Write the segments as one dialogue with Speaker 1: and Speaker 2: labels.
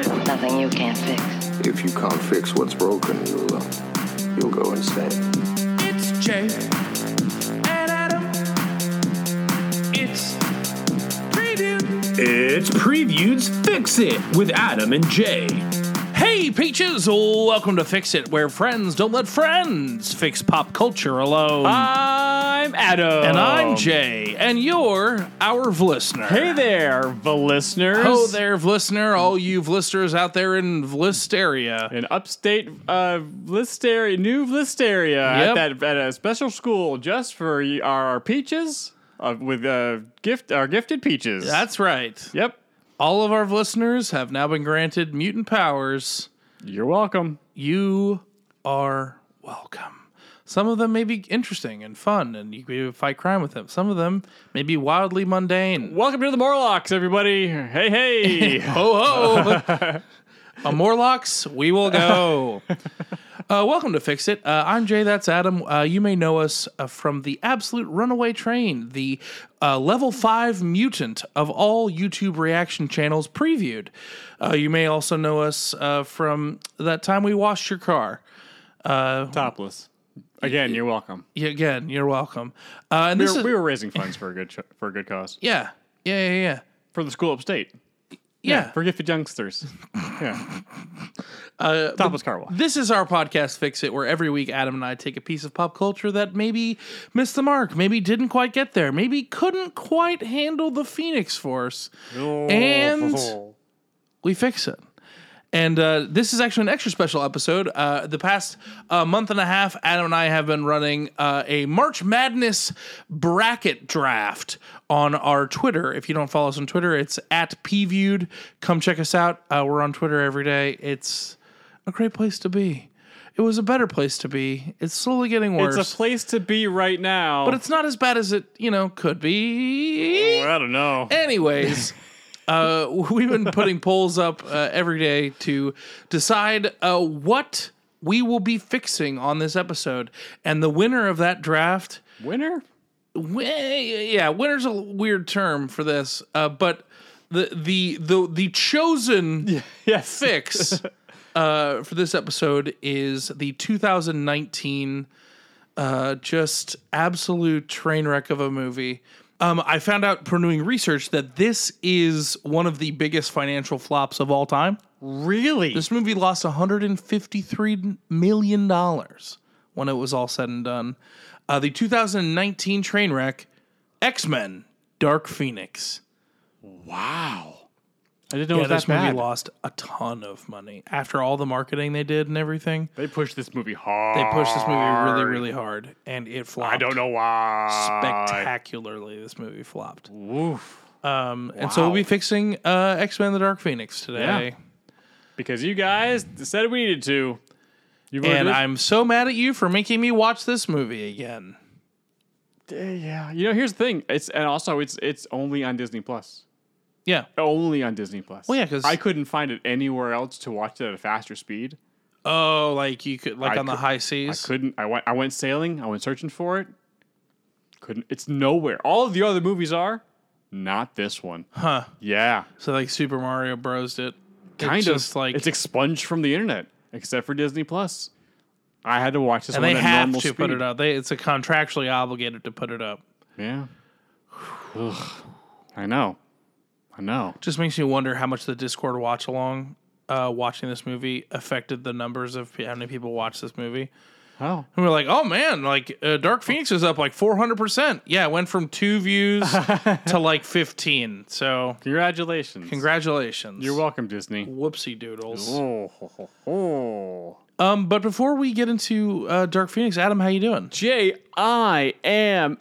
Speaker 1: you can't fix.
Speaker 2: If you can't fix what's broken, you'll uh, you'll go insane.
Speaker 3: It's Jay and Adam. It's preview.
Speaker 4: It's Previews Fix It with Adam and Jay.
Speaker 3: Hey, peaches! Welcome to Fix It, where friends don't let friends fix pop culture alone.
Speaker 5: I'm Adam.
Speaker 3: and I'm Jay, and you're our listener.
Speaker 5: Hey there, the listeners.
Speaker 3: Ho there, listener! All you listeners out there in Vlisteria.
Speaker 5: In upstate uh, Listeria, new Listeria
Speaker 3: Yep.
Speaker 5: at, that, at a special school just for y- our peaches uh, with uh, gift our gifted peaches.
Speaker 3: That's right.
Speaker 5: yep.
Speaker 3: All of our listeners have now been granted mutant powers.
Speaker 5: You're welcome.
Speaker 3: you are welcome. Some of them may be interesting and fun, and you can fight crime with them. Some of them may be wildly mundane.
Speaker 5: Welcome to the Morlocks, everybody. Hey, hey.
Speaker 3: Ho ho! A Morlocks, we will go. Uh, welcome to Fix It. Uh, I'm Jay. That's Adam. Uh, you may know us uh, from the absolute runaway train, the uh, level five mutant of all YouTube reaction channels previewed. Uh, you may also know us uh, from that time we washed your car.
Speaker 5: Topless. Again, you're welcome.
Speaker 3: Yeah, again, you're welcome. Uh, and
Speaker 5: We
Speaker 3: this
Speaker 5: were,
Speaker 3: is,
Speaker 5: we were raising funds for a good ch- for a good cause
Speaker 3: yeah, yeah, yeah, yeah.
Speaker 5: for the school upstate.
Speaker 3: Yeah.
Speaker 5: for gifted youngsters. Yeah.
Speaker 3: Uh,
Speaker 5: Topless car wash.
Speaker 3: This is our podcast, Fix It, where every week Adam and I take a piece of pop culture that maybe missed the mark, maybe didn't quite get there, maybe couldn't quite handle the Phoenix Force, and we fix it. And uh, this is actually an extra special episode. Uh, the past uh, month and a half, Adam and I have been running uh, a March Madness bracket draft on our Twitter. If you don't follow us on Twitter, it's at pviewed. Come check us out. Uh, we're on Twitter every day. It's a great place to be. It was a better place to be. It's slowly getting worse,
Speaker 5: It's a place to be right now.
Speaker 3: but it's not as bad as it you know could be.
Speaker 5: I don't know.
Speaker 3: Anyways, uh, we've been putting polls up uh, every day to decide uh, what we will be fixing on this episode, and the winner of that draft.
Speaker 5: Winner?
Speaker 3: Wa- yeah, winner's a weird term for this, uh, but the the the the chosen
Speaker 5: Yes.
Speaker 3: fix uh, for this episode is the 2019 uh, just absolute train wreck of a movie. Um, I found out from doing research that this is one of the biggest financial flops of all time.
Speaker 5: Really?
Speaker 3: This movie lost 153 million dollars when it was all said and done. Uh, the 2019 train wreck, X Men: Dark Phoenix.
Speaker 5: wow. I didn't know
Speaker 3: Yeah,
Speaker 5: it was
Speaker 3: this
Speaker 5: that bad.
Speaker 3: movie lost a ton of money after all the marketing they did and everything.
Speaker 5: They pushed this movie hard.
Speaker 3: They pushed this movie really, really hard, and it flopped.
Speaker 5: I don't know why.
Speaker 3: Spectacularly, this movie flopped.
Speaker 5: Woof.
Speaker 3: Um, And so we'll be fixing uh, X Men: The Dark Phoenix today.
Speaker 5: Because you guys said we needed to. You voted
Speaker 3: And
Speaker 5: this-
Speaker 3: I'm so mad at you for making me watch this movie again.
Speaker 5: yeah. You know, here's the thing. It's and also it's it's only on Disney Plus.
Speaker 3: Yeah.
Speaker 5: Only on Disney Plus. Well,
Speaker 3: yeah, 'cause-
Speaker 5: I couldn't find it anywhere else to watch it at a faster speed.
Speaker 3: Oh, like you could, like
Speaker 5: I
Speaker 3: on the
Speaker 5: could-
Speaker 3: high
Speaker 5: I
Speaker 3: seas.
Speaker 5: couldn't. I went. I went sailing. I went searching for it. Couldn't. It's nowhere. All of the other movies are. Not this one. Huh. Yeah.
Speaker 3: So like Super Mario Bros. did.
Speaker 5: Kind
Speaker 3: it's
Speaker 5: of.
Speaker 3: just like
Speaker 5: it's expunged from the internet, except for Disney Plus. I had to watch this
Speaker 3: and
Speaker 5: one
Speaker 3: they
Speaker 5: at
Speaker 3: have
Speaker 5: normal
Speaker 3: to
Speaker 5: speed.
Speaker 3: put it up. They it's a contractually obligated to put it up.
Speaker 5: Yeah. Ugh. I know. I know.
Speaker 3: Just makes me wonder how much the Discord watch along, uh, watching this movie affected the numbers of how many people watch this movie.
Speaker 5: Oh.
Speaker 3: And we're like, oh man, like uh, Dark Phoenix is up like 400%. Yeah, it went from two views to like 15. So
Speaker 5: Congratulations.
Speaker 3: congratulations.
Speaker 5: You're welcome, Disney.
Speaker 3: Whoopsie doodles.
Speaker 5: Oh, ho, ho, ho.
Speaker 3: Um, but before we get into uh, Dark Phoenix, Adam, how you doing?
Speaker 5: Jay, I am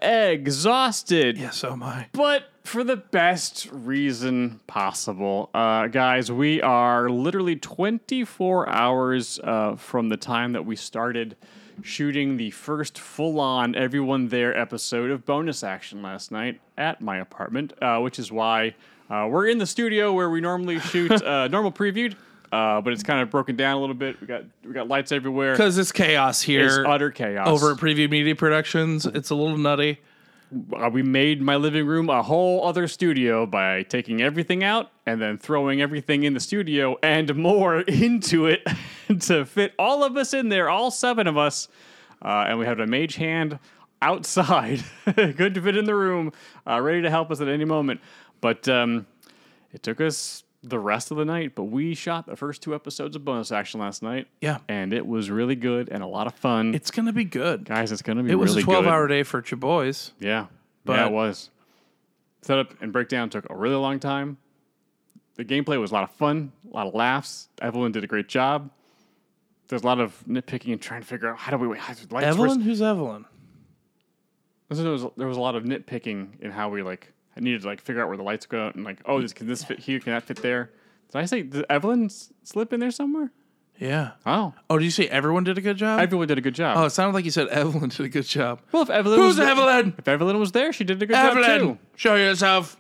Speaker 5: exhausted.
Speaker 3: Yes, oh my.
Speaker 5: but for the best reason possible. Uh, guys, we are literally 24 hours uh, from the time that we started shooting the first full on Everyone There episode of Bonus Action last night at my apartment, uh, which is why uh, we're in the studio where we normally shoot uh, normal previewed. Uh, but it's kind of broken down a little bit. We got we got lights everywhere.
Speaker 3: Because it's chaos here.
Speaker 5: It's utter chaos
Speaker 3: Over at Preview Media Productions. It's a little nutty.
Speaker 5: uh, we made my living room a whole other studio by taking everything out and then throwing everything in the studio and more into it to fit all of us in there, all seven of us. Uh, and we had a mage hand outside, good to fit in the room, uh, ready to help us at any moment. But um, it took us the rest of the night, but we shot the first two episodes of bonus action last night.
Speaker 3: Yeah.
Speaker 5: And it was really good and a lot of fun.
Speaker 3: It's gonna be good.
Speaker 5: Guys, it's going to be
Speaker 3: It was
Speaker 5: really
Speaker 3: a twelve
Speaker 5: good.
Speaker 3: hour day for your boys.
Speaker 5: Yeah. yeah,
Speaker 3: But-
Speaker 5: it was. Setup and breakdown took a really long time. The gameplay was a lot of fun, a lot of laughs. Evelyn did a great job. There's a lot of nitpicking and trying to figure out how do we. How do lights
Speaker 3: Evelyn, who's Evelyn?
Speaker 5: First, there, was, there was a lot of nitpicking in how we like I needed to like figure out where the lights go out and like oh this can this fit here can that fit there. Did I say did Evelyn s- slip in there somewhere?
Speaker 3: Yeah.
Speaker 5: Oh,
Speaker 3: Oh, did you say everyone did a good job?
Speaker 5: Evelyn did a good job.
Speaker 3: oh, it sounded like you said Evelyn did a good job.
Speaker 5: well, if Evelyn
Speaker 3: Who's
Speaker 5: was there-
Speaker 3: Evelyn?
Speaker 5: If Evelyn was there, she did a good job too.
Speaker 3: Evelyn, show yourself.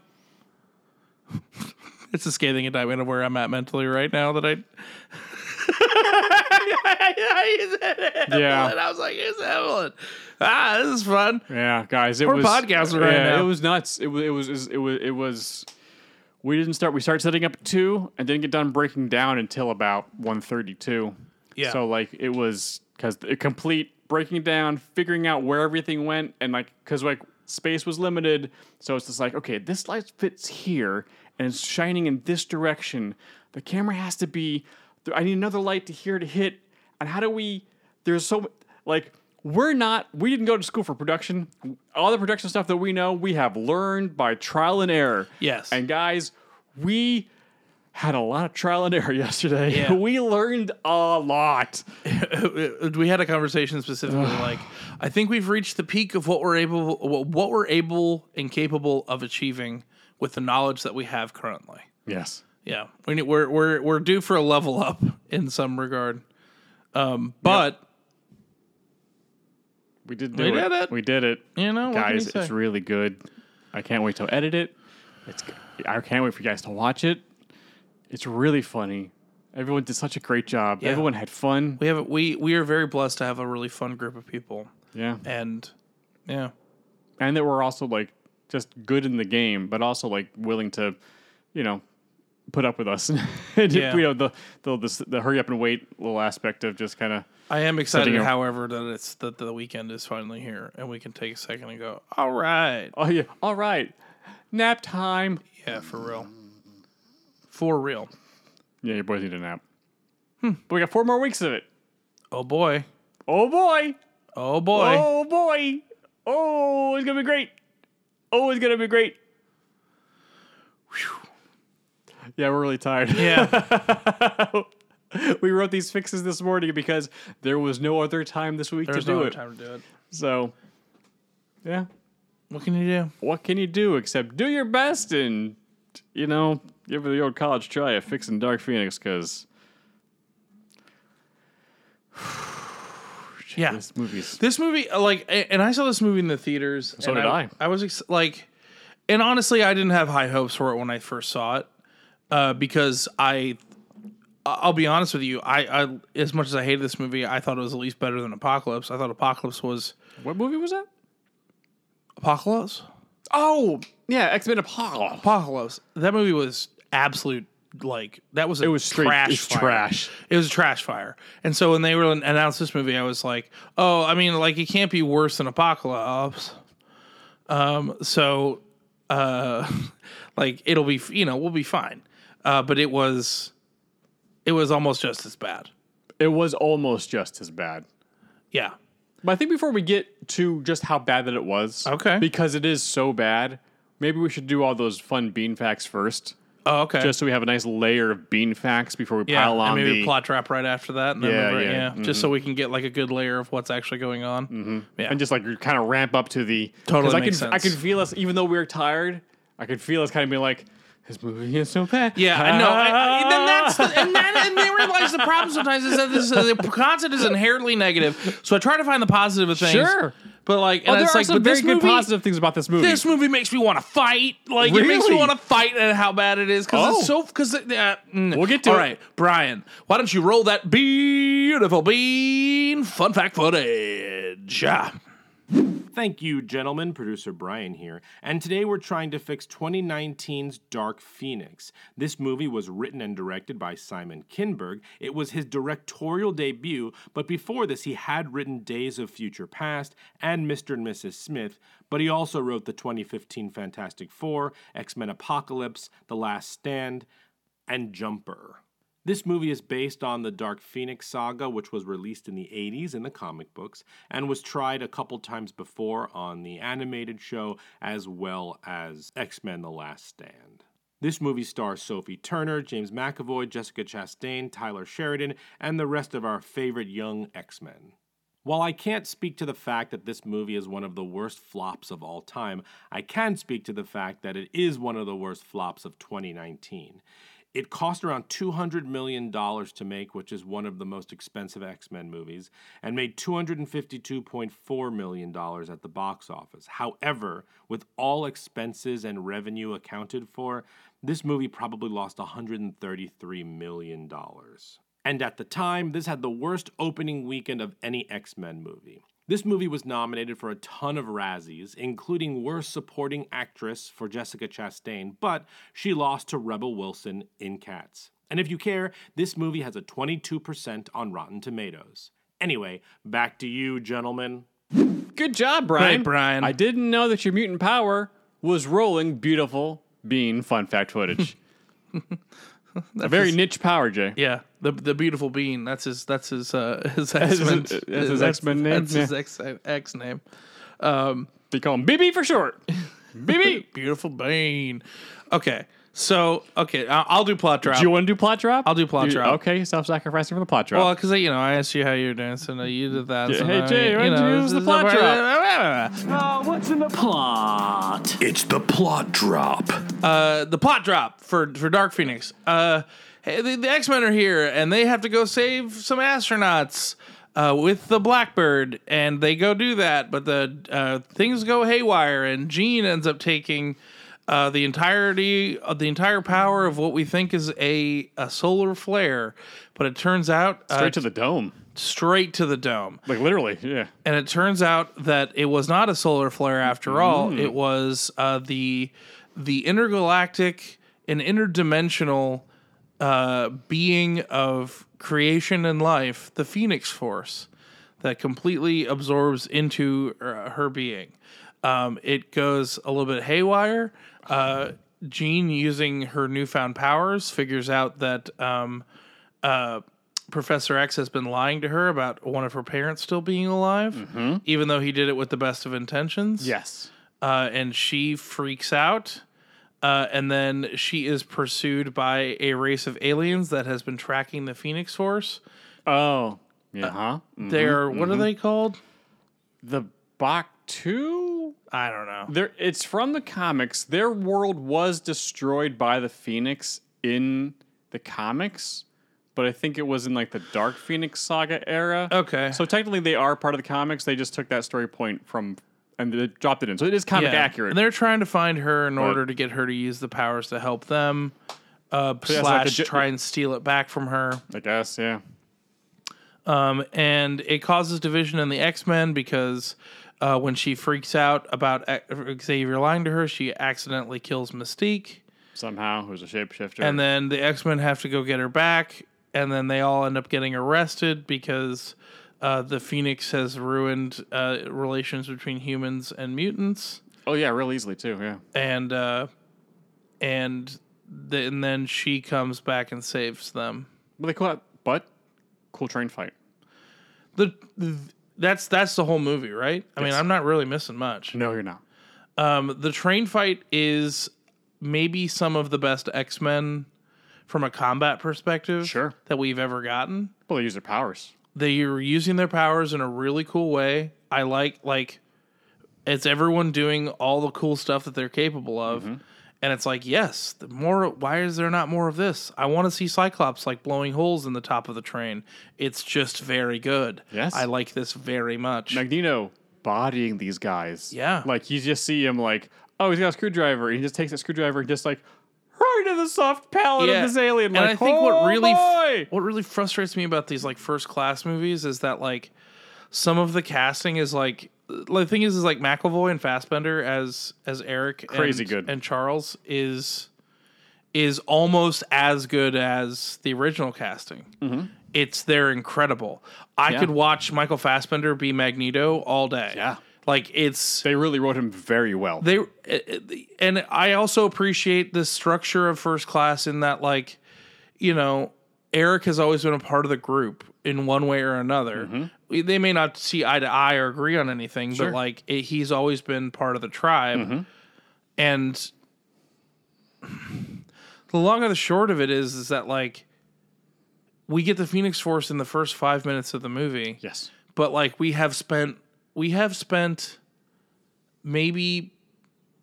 Speaker 3: it's a scathing indictment of where I'm at mentally right now that I. I said Evelyn.
Speaker 5: Yeah.
Speaker 3: I was like, "It's Evelyn." Ah, this is fun.
Speaker 5: Yeah, guys, it
Speaker 3: We're
Speaker 5: was
Speaker 3: podcasting right
Speaker 5: yeah,
Speaker 3: now.
Speaker 5: It was nuts. It was it was it was it was. We didn't start. We started setting up at two, and didn't get done breaking down until about one thirty-two.
Speaker 3: Yeah.
Speaker 5: So like it was because the complete breaking down, figuring out where everything went, and like because like space was limited, so it's just like okay, this light fits here and it's shining in this direction. The camera has to be. I need another light to here to hit. And how do we? There's so like we're not. We didn't go to school for production. All the production stuff that we know, we have learned by trial and error.
Speaker 3: Yes.
Speaker 5: And guys, we had a lot of trial and error yesterday.
Speaker 3: Yeah.
Speaker 5: we learned a lot.
Speaker 3: we had a conversation specifically like I think we've reached the peak of what we're able what we're able and capable of achieving with the knowledge that we have currently.
Speaker 5: Yes.
Speaker 3: Yeah, we need, we're we're we're due for a level up in some regard. Um, but
Speaker 5: We did do
Speaker 3: We
Speaker 5: it.
Speaker 3: did it.
Speaker 5: We did it.
Speaker 3: You know, what can
Speaker 5: guys,
Speaker 3: you say?
Speaker 5: it's really good. I can't wait to edit it. It's g- I can't wait for you guys to watch it. It's really funny. Everyone did such a great job. Everyone had fun.
Speaker 3: we have we we are very blessed to have a really fun group of people,
Speaker 5: Yeah.
Speaker 3: and yeah,
Speaker 5: And that we're also like just good in the game, but also like willing to, you know, put up with us. and,
Speaker 3: Yeah.
Speaker 5: You know, the, the the the hurry up and wait little aspect of just kind of
Speaker 3: I am excited.
Speaker 5: Setting up-
Speaker 3: However, that it's that the weekend is finally here, and we can take a second and go, all right,
Speaker 5: oh yeah, all right, nap time.
Speaker 3: yeah, for real, for real.
Speaker 5: Yeah, your boys need a nap.
Speaker 3: Hmm.
Speaker 5: But we got four more weeks of it.
Speaker 3: Oh boy,
Speaker 5: Oh boy.
Speaker 3: oh boy.
Speaker 5: Oh boy. Oh, it's gonna be great. Oh, it's gonna be great. Yeah, we're really tired.
Speaker 3: Yeah,
Speaker 5: we wrote these fixes this morning because there was no other time this week
Speaker 3: there's
Speaker 5: to do
Speaker 3: no other
Speaker 5: it.
Speaker 3: time to do it.
Speaker 5: So, yeah.
Speaker 3: What can you do?
Speaker 5: What can you do except do your best and, you know, give the old college try at fixing Dark Phoenix because
Speaker 3: Yeah,
Speaker 5: this movie's.
Speaker 3: This movie, uh, like, a- and I saw this movie in the theaters. So and
Speaker 5: did I.
Speaker 3: I was ex- like, and honestly, I didn't have high hopes for it when I first saw it, uh, because I, I- I'll be honest with you, I, I, as much as I hated this movie, I thought it was at least better than Apocalypse. I thought Apocalypse was
Speaker 5: What movie was that?
Speaker 3: Apocalypse.
Speaker 5: Oh, yeah, X Men Apollo.
Speaker 3: Apocalypse. That movie was absolute. Like that was a
Speaker 5: It was straight
Speaker 3: trash.
Speaker 5: it's
Speaker 3: fire.
Speaker 5: trash.
Speaker 3: It was a trash fire. And so when they were announced this movie, I was like, oh, I mean, like it can't be worse than Apocalypse. Um, so, uh, like it'll be, you know, we'll be fine. Uh, but it was, it was almost just as bad.
Speaker 5: It was almost just as bad.
Speaker 3: Yeah.
Speaker 5: But I think before we get to just how bad that it was,
Speaker 3: Okay.
Speaker 5: because it is so bad, maybe we should do all those fun bean facts first,
Speaker 3: Oh, okay.
Speaker 5: just so we have a nice layer of bean facts before we
Speaker 3: yeah.
Speaker 5: pile on
Speaker 3: and maybe
Speaker 5: the.
Speaker 3: plot drop right after that. And then
Speaker 5: Yeah,
Speaker 3: we're-
Speaker 5: yeah, Mm-hmm.
Speaker 3: yeah. Just so we can get like a good layer of what's actually going on. Mm-hmm. Yeah.
Speaker 5: and just like kind of ramp up to the. 'cause
Speaker 3: Totally
Speaker 5: I
Speaker 3: makes
Speaker 5: can I
Speaker 3: sense.
Speaker 5: can feel us even though we are tired. I could feel us kind of being like, this movie is so bad.
Speaker 3: Yeah, I know. I- I- and then that's the, and then and they realize the problem sometimes is that this, the concept is inherently negative. So I try to find the positive of things.
Speaker 5: Sure.
Speaker 3: but like, and
Speaker 5: Oh, there
Speaker 3: it's
Speaker 5: are
Speaker 3: like,
Speaker 5: some
Speaker 3: but
Speaker 5: very
Speaker 3: this
Speaker 5: good
Speaker 3: movie,
Speaker 5: positive things about this movie.
Speaker 3: this movie makes me want to fight. Like, it makes
Speaker 5: Really?
Speaker 3: me want to fight at how bad it is because
Speaker 5: Oh.
Speaker 3: it's so. Because uh,
Speaker 5: We'll get to
Speaker 3: All
Speaker 5: it.
Speaker 3: right, Brian, why don't you roll that beautiful bean fun fact footage? Ah.
Speaker 1: Thank you, gentlemen. Producer Brian here. And today we're trying to fix 2019's Dark Phoenix. This movie was written and directed by Simon Kinberg. It was his directorial debut, but before this, he had written Days of Future Past and Mr. and Mrs. Smith, but he also wrote the 2015 Fantastic Four, X Men Apocalypse, The Last Stand, and Jumper. This movie is based on the Dark Phoenix saga, which was released in the 80s in the comic books and was tried a couple times before on the animated show as well as X Men The Last Stand. This movie stars Sophie Turner, James McAvoy, Jessica Chastain, Tyler Sheridan, and the rest of our favorite young X Men. While I can't speak to the fact that this movie is one of the worst flops of all time, I can speak to the fact that it is one of the worst flops of 2019. It cost around $200 million to make, which is one of the most expensive X Men movies, and made $252.4 million at the box office. However, with all expenses and revenue accounted for, this movie probably lost $133 million. And at the time, this had the worst opening weekend of any X Men movie. This movie was nominated for a ton of Razzies, including Worst Supporting Actress for Jessica Chastain, but she lost to Rebel Wilson in Cats. And if you care, this movie has a 22% on Rotten Tomatoes. Anyway, back to you, gentlemen.
Speaker 5: Good job, Brian.
Speaker 3: Great, Brian.
Speaker 5: I didn't know that your mutant power was rolling beautiful bean fun fact footage. A very niche power, Jay.
Speaker 3: Yeah, the the beautiful bean. That's his. That's his. Uh, his X Men.
Speaker 5: his- that's his X-Men name?
Speaker 3: That's his X X name.
Speaker 5: They call him BB for short. BB.
Speaker 3: Beautiful bean. Okay, so okay, I- I'll do plot drop.
Speaker 5: Do you want to do plot drop?
Speaker 3: I'll do plot
Speaker 5: You-
Speaker 3: drop.
Speaker 5: Okay, self sacrificing for the plot drop.
Speaker 3: Well, because you know, I asked you how you were doing, so now you did that. so
Speaker 5: hey,
Speaker 3: now,
Speaker 5: Jay, why don't you use the
Speaker 3: this is
Speaker 5: plot
Speaker 3: a-
Speaker 4: what's in the plot?
Speaker 2: It's the plot drop.
Speaker 3: Uh, the plot drop for for Dark Phoenix. Uh, hey, the, the X Men are here, and they have to go save some astronauts. Uh, with the Blackbird, and they go do that, but the uh, things go haywire, and Jean ends up taking uh, the entirety of the entire power of what we think is a, a solar flare, but it turns out uh,
Speaker 5: Straight to the dome.
Speaker 3: straight to the dome.
Speaker 5: Like literally, yeah.
Speaker 3: and it turns out that it was not a solar flare after all. It was uh, the the intergalactic and interdimensional uh, being of creation and life, the Phoenix Force, that completely absorbs into uh, her being. Um, it goes a little bit haywire. Uh, Jean, using her newfound powers, figures out that. Um, Professor X has been lying to her about one of her parents still being alive, even though he did it with the best of intentions.
Speaker 5: Yes.
Speaker 3: Uh, and she freaks out. Uh, and then she is pursued by a race of aliens that has been tracking the Phoenix Force.
Speaker 5: Oh. Yeah. huh.
Speaker 3: They are, what
Speaker 5: mm-hmm.
Speaker 3: are they called?
Speaker 5: The Bach two.
Speaker 3: I don't know.
Speaker 5: There, it's from the comics. Their world was destroyed by the Phoenix in the comics, but I think it was in like the Dark Phoenix saga era.
Speaker 3: Okay.
Speaker 5: So technically, they are part of the comics. They just took that story point from and they dropped it in. So it is comic accurate.
Speaker 3: And they're trying to find her in order to get her to use the powers to help them, uh,
Speaker 5: like
Speaker 3: slash,
Speaker 5: a ju-
Speaker 3: try and steal it back from her.
Speaker 5: I guess. Yeah.
Speaker 3: and it causes division in the X Men because uh, when she freaks out about A- Xavier lying to her, she accidentally kills Mystique,
Speaker 5: Somehow, who's a shapeshifter.
Speaker 3: and then the X Men have to go get her back, and then they all end up getting arrested because uh, the Phoenix has ruined uh, relations between humans and mutants,
Speaker 5: oh yeah, real easily too. Yeah.
Speaker 3: and uh, and th- and then she comes back and saves them.
Speaker 5: But they call it but cool train fight.
Speaker 3: The, the that's that's the whole movie, right? I mean, I'm not really missing much.
Speaker 5: No, you're not.
Speaker 3: Um, the train fight is maybe some of the best X Men from a combat perspective
Speaker 5: Sure.
Speaker 3: that we've ever gotten.
Speaker 5: Well, they use their powers.
Speaker 3: They are using their powers in a really cool way. I like like it's everyone doing all the cool stuff that they're capable of. And it's like, yes, the more why is there not more of this? I want to see Cyclops like blowing holes in the top of the train. It's just very good.
Speaker 5: Yes.
Speaker 3: I like this very much.
Speaker 5: Magneto bodying these guys.
Speaker 3: Yeah.
Speaker 5: Like you just see him like, oh, he's got a screwdriver. He just takes that screwdriver and just like right in the soft palate
Speaker 3: Yeah.
Speaker 5: of this alien.
Speaker 3: And
Speaker 5: like,
Speaker 3: I think what
Speaker 5: "Oh,
Speaker 3: really
Speaker 5: boy!"
Speaker 3: what really frustrates me about these like first class movies is that like some of the casting is like like the thing is is like McAvoy and Fassbender as as Eric
Speaker 5: Crazy
Speaker 3: and,
Speaker 5: good.
Speaker 3: and Charles is is almost as good as the original casting.
Speaker 5: Mm-hmm.
Speaker 3: It's they're incredible. I could watch Michael Fassbender be Magneto all day.
Speaker 5: Yeah.
Speaker 3: like it's
Speaker 5: They really wrote him very well.
Speaker 3: they uh, uh, and I also appreciate the structure of first class in that like you know Eric has always been a part of the group in one way or another. We- They may not see eye to eye or agree on anything, but like it, he's always been part of the tribe. And the long and the short of it is is that like we get the Phoenix Force in the first 5 minutes of the movie
Speaker 5: yes.
Speaker 3: but like we have spent we have spent maybe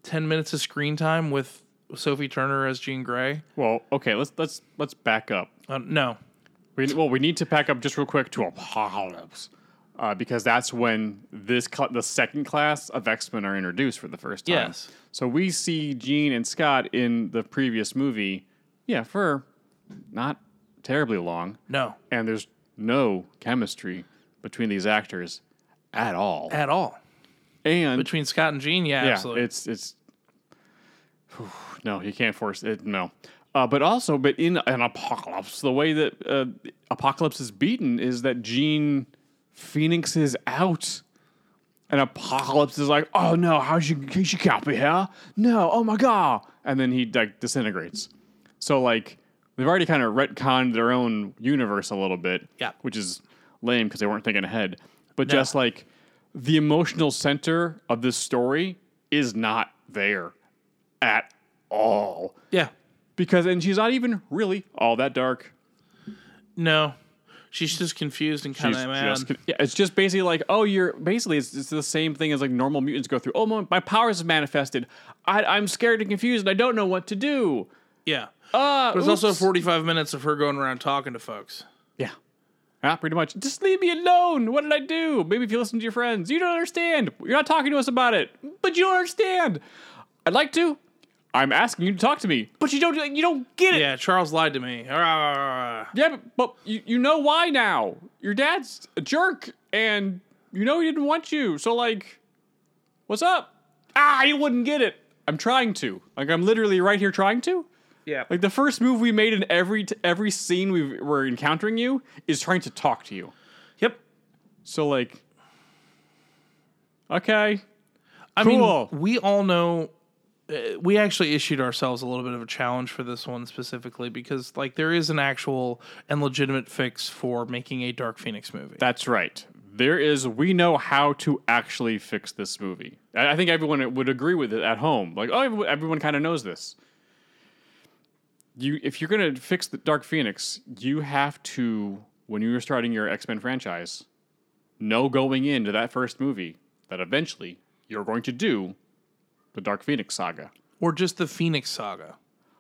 Speaker 3: 10 minutes of screen time with Sophie Turner as Jean Grey.
Speaker 5: Well, okay. Let's let's let's back up.
Speaker 3: Uh, no.
Speaker 5: We, well, we need to pack up just real quick to Apocalypse, uh, because that's when this cl- the second class of X Men are introduced for the first time.
Speaker 3: Yes.
Speaker 5: So we see Jean and Scott in the previous movie, yeah, for not terribly long,
Speaker 3: No.
Speaker 5: and there's no chemistry between these actors at all.
Speaker 3: At all.
Speaker 5: And
Speaker 3: Between Scott and Jean, yeah,
Speaker 5: yeah,
Speaker 3: absolutely.
Speaker 5: it's it's whew, no, you can't force it. No, uh, but also, but in an apocalypse, the way that uh, apocalypse is beaten is that Gene Phoenix is out. And Apocalypse is like, oh no, how she she can't be here? No, oh my god! And then he like disintegrates. So like they've already kind of retconned their own universe a little bit,
Speaker 3: Yeah.
Speaker 5: which is lame because they weren't thinking ahead. But just like the emotional center of this story is not there at all
Speaker 3: yeah.
Speaker 5: because and she's not even really all that dark.
Speaker 3: No. She's just confused and kind
Speaker 5: She's
Speaker 3: of mad.
Speaker 5: just, yeah, it's just basically like, oh, you're basically it's, it's the same thing as like normal mutants go through. Oh, my, my powers have manifested. I, I'm scared and confused, and I don't know what to do.
Speaker 3: yeah.
Speaker 5: Uh,
Speaker 3: There's also
Speaker 5: oops.
Speaker 3: 45 minutes of her going around talking to folks.
Speaker 5: Yeah. Yeah, pretty much. Just leave me alone. What did I do? Maybe if you listen to your friends, you don't understand. You're not talking to us about it, but you don't understand. I'd like to. I'm asking you to talk to me, but you don't. You don't get it. Yeah,
Speaker 3: Yeah, Charles lied to me. Arrgh.
Speaker 5: but, but you, you know why now? Your dad's a jerk, and you know he didn't want you. So like, what's up? Ah, you wouldn't get it. I'm trying to. Like, I'm literally right here trying to.
Speaker 3: Yeah.
Speaker 5: Like the first move we made in every t- every scene we were encountering you is trying to talk to you.
Speaker 3: yep.
Speaker 5: So like, okay,
Speaker 3: I
Speaker 5: Cool.
Speaker 3: mean, we all know. Uh, we actually issued ourselves a little bit of a challenge for this one specifically because, like, there is an actual and legitimate fix for making a Dark Phoenix movie.
Speaker 5: that's right. There is we know how to actually fix this movie. I, I think everyone would agree with it at home. Like, oh, everyone, everyone kind of knows this. You, if you're gonna fix the Dark Phoenix, you have to when you're starting your X Men franchise, know going into that first movie that eventually you're going to do the Dark Phoenix saga.
Speaker 3: or just the Phoenix saga.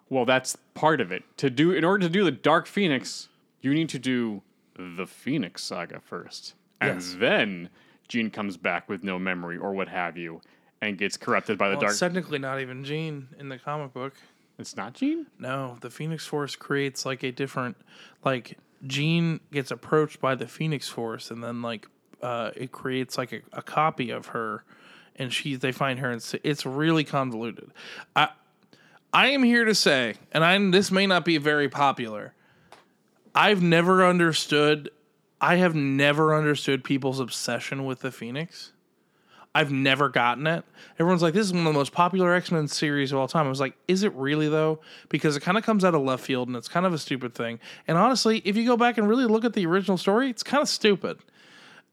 Speaker 5: Well, that's part of it. To do in order to do the Dark Phoenix, you need to do the Phoenix Saga first, and then Jean comes back with no memory or what have you, and gets corrupted by the
Speaker 3: Well,
Speaker 5: dark.
Speaker 3: it's technically not even Jean in the comic book.
Speaker 5: it's not Jean.
Speaker 3: No, the Phoenix Force creates like a different, like Jean gets approached by the Phoenix Force, and then like uh, it creates like a, a copy of her, and she they find her, and s- it's really convoluted. I I am here to say, and I this may not be very popular. I've never understood. I have never understood people's obsession with the Phoenix. I've never gotten it. Everyone's like, this is one of the most popular X Men series of all time. I was like, is it really though? Because it kind of comes out of left field and it's kind of a stupid thing. And honestly, if you go back and really look at the original story, it's kind of stupid.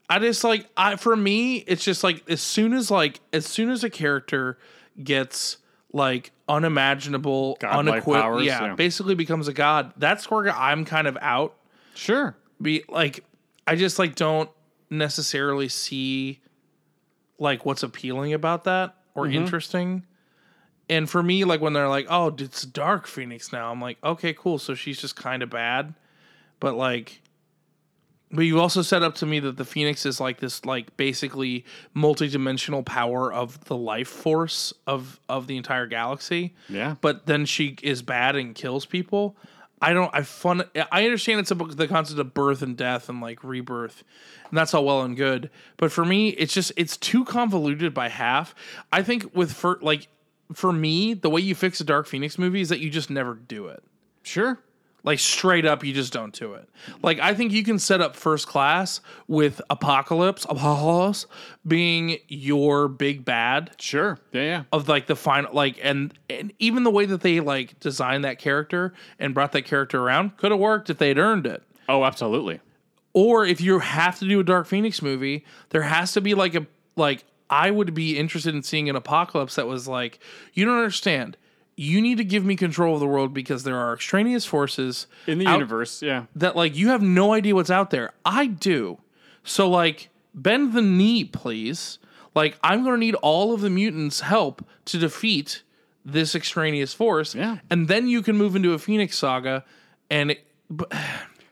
Speaker 3: I just like, I for me, it's just like as soon as like as soon as a character gets like unimaginable,
Speaker 5: Godlike
Speaker 3: unequi-
Speaker 5: powers,
Speaker 3: yeah,
Speaker 5: yeah.
Speaker 3: basically becomes a god. That's where I'm kind of out
Speaker 5: Sure.
Speaker 3: be like I just like don't necessarily see like what's appealing about that or interesting. And for me, like when they're like, "Oh, it's Dark Phoenix now," I'm like, "Okay, cool." So she's just kind of bad, but like, but you also set up to me that the Phoenix is like this, like basically multi-dimensional power of the life force of of the entire galaxy
Speaker 5: Yeah.
Speaker 3: but then she is bad and kills people. I don't. I fun. I understand it's about the concept of birth and death and like rebirth, and that's all well and good. But for me, it's just it's too convoluted by half. I think with for like for me, the way you fix a Dark Phoenix movie is that you just never do it.
Speaker 5: Sure.
Speaker 3: Like straight up, you just don't do it. Like I think you can set up first class with Apocalypse, Apocalypse being your big bad
Speaker 5: Sure. Yeah, yeah.
Speaker 3: of like the final like and and even the way that they like designed that character and brought that character around could have worked if they'd earned it
Speaker 5: Oh, absolutely.
Speaker 3: or if you have to do a dark phoenix movie there has to be like a like i would be interested in seeing an apocalypse that was like you don't understand you need to give me control of the world because there are extraneous forces
Speaker 5: In the
Speaker 3: out-
Speaker 5: universe, yeah.
Speaker 3: that like you have no idea what's out there. I do. So like bend the knee, please. Like I'm going to need all of the mutants' help to defeat this extraneous force.
Speaker 5: Yeah.
Speaker 3: And then you can move into a Phoenix saga and it, but,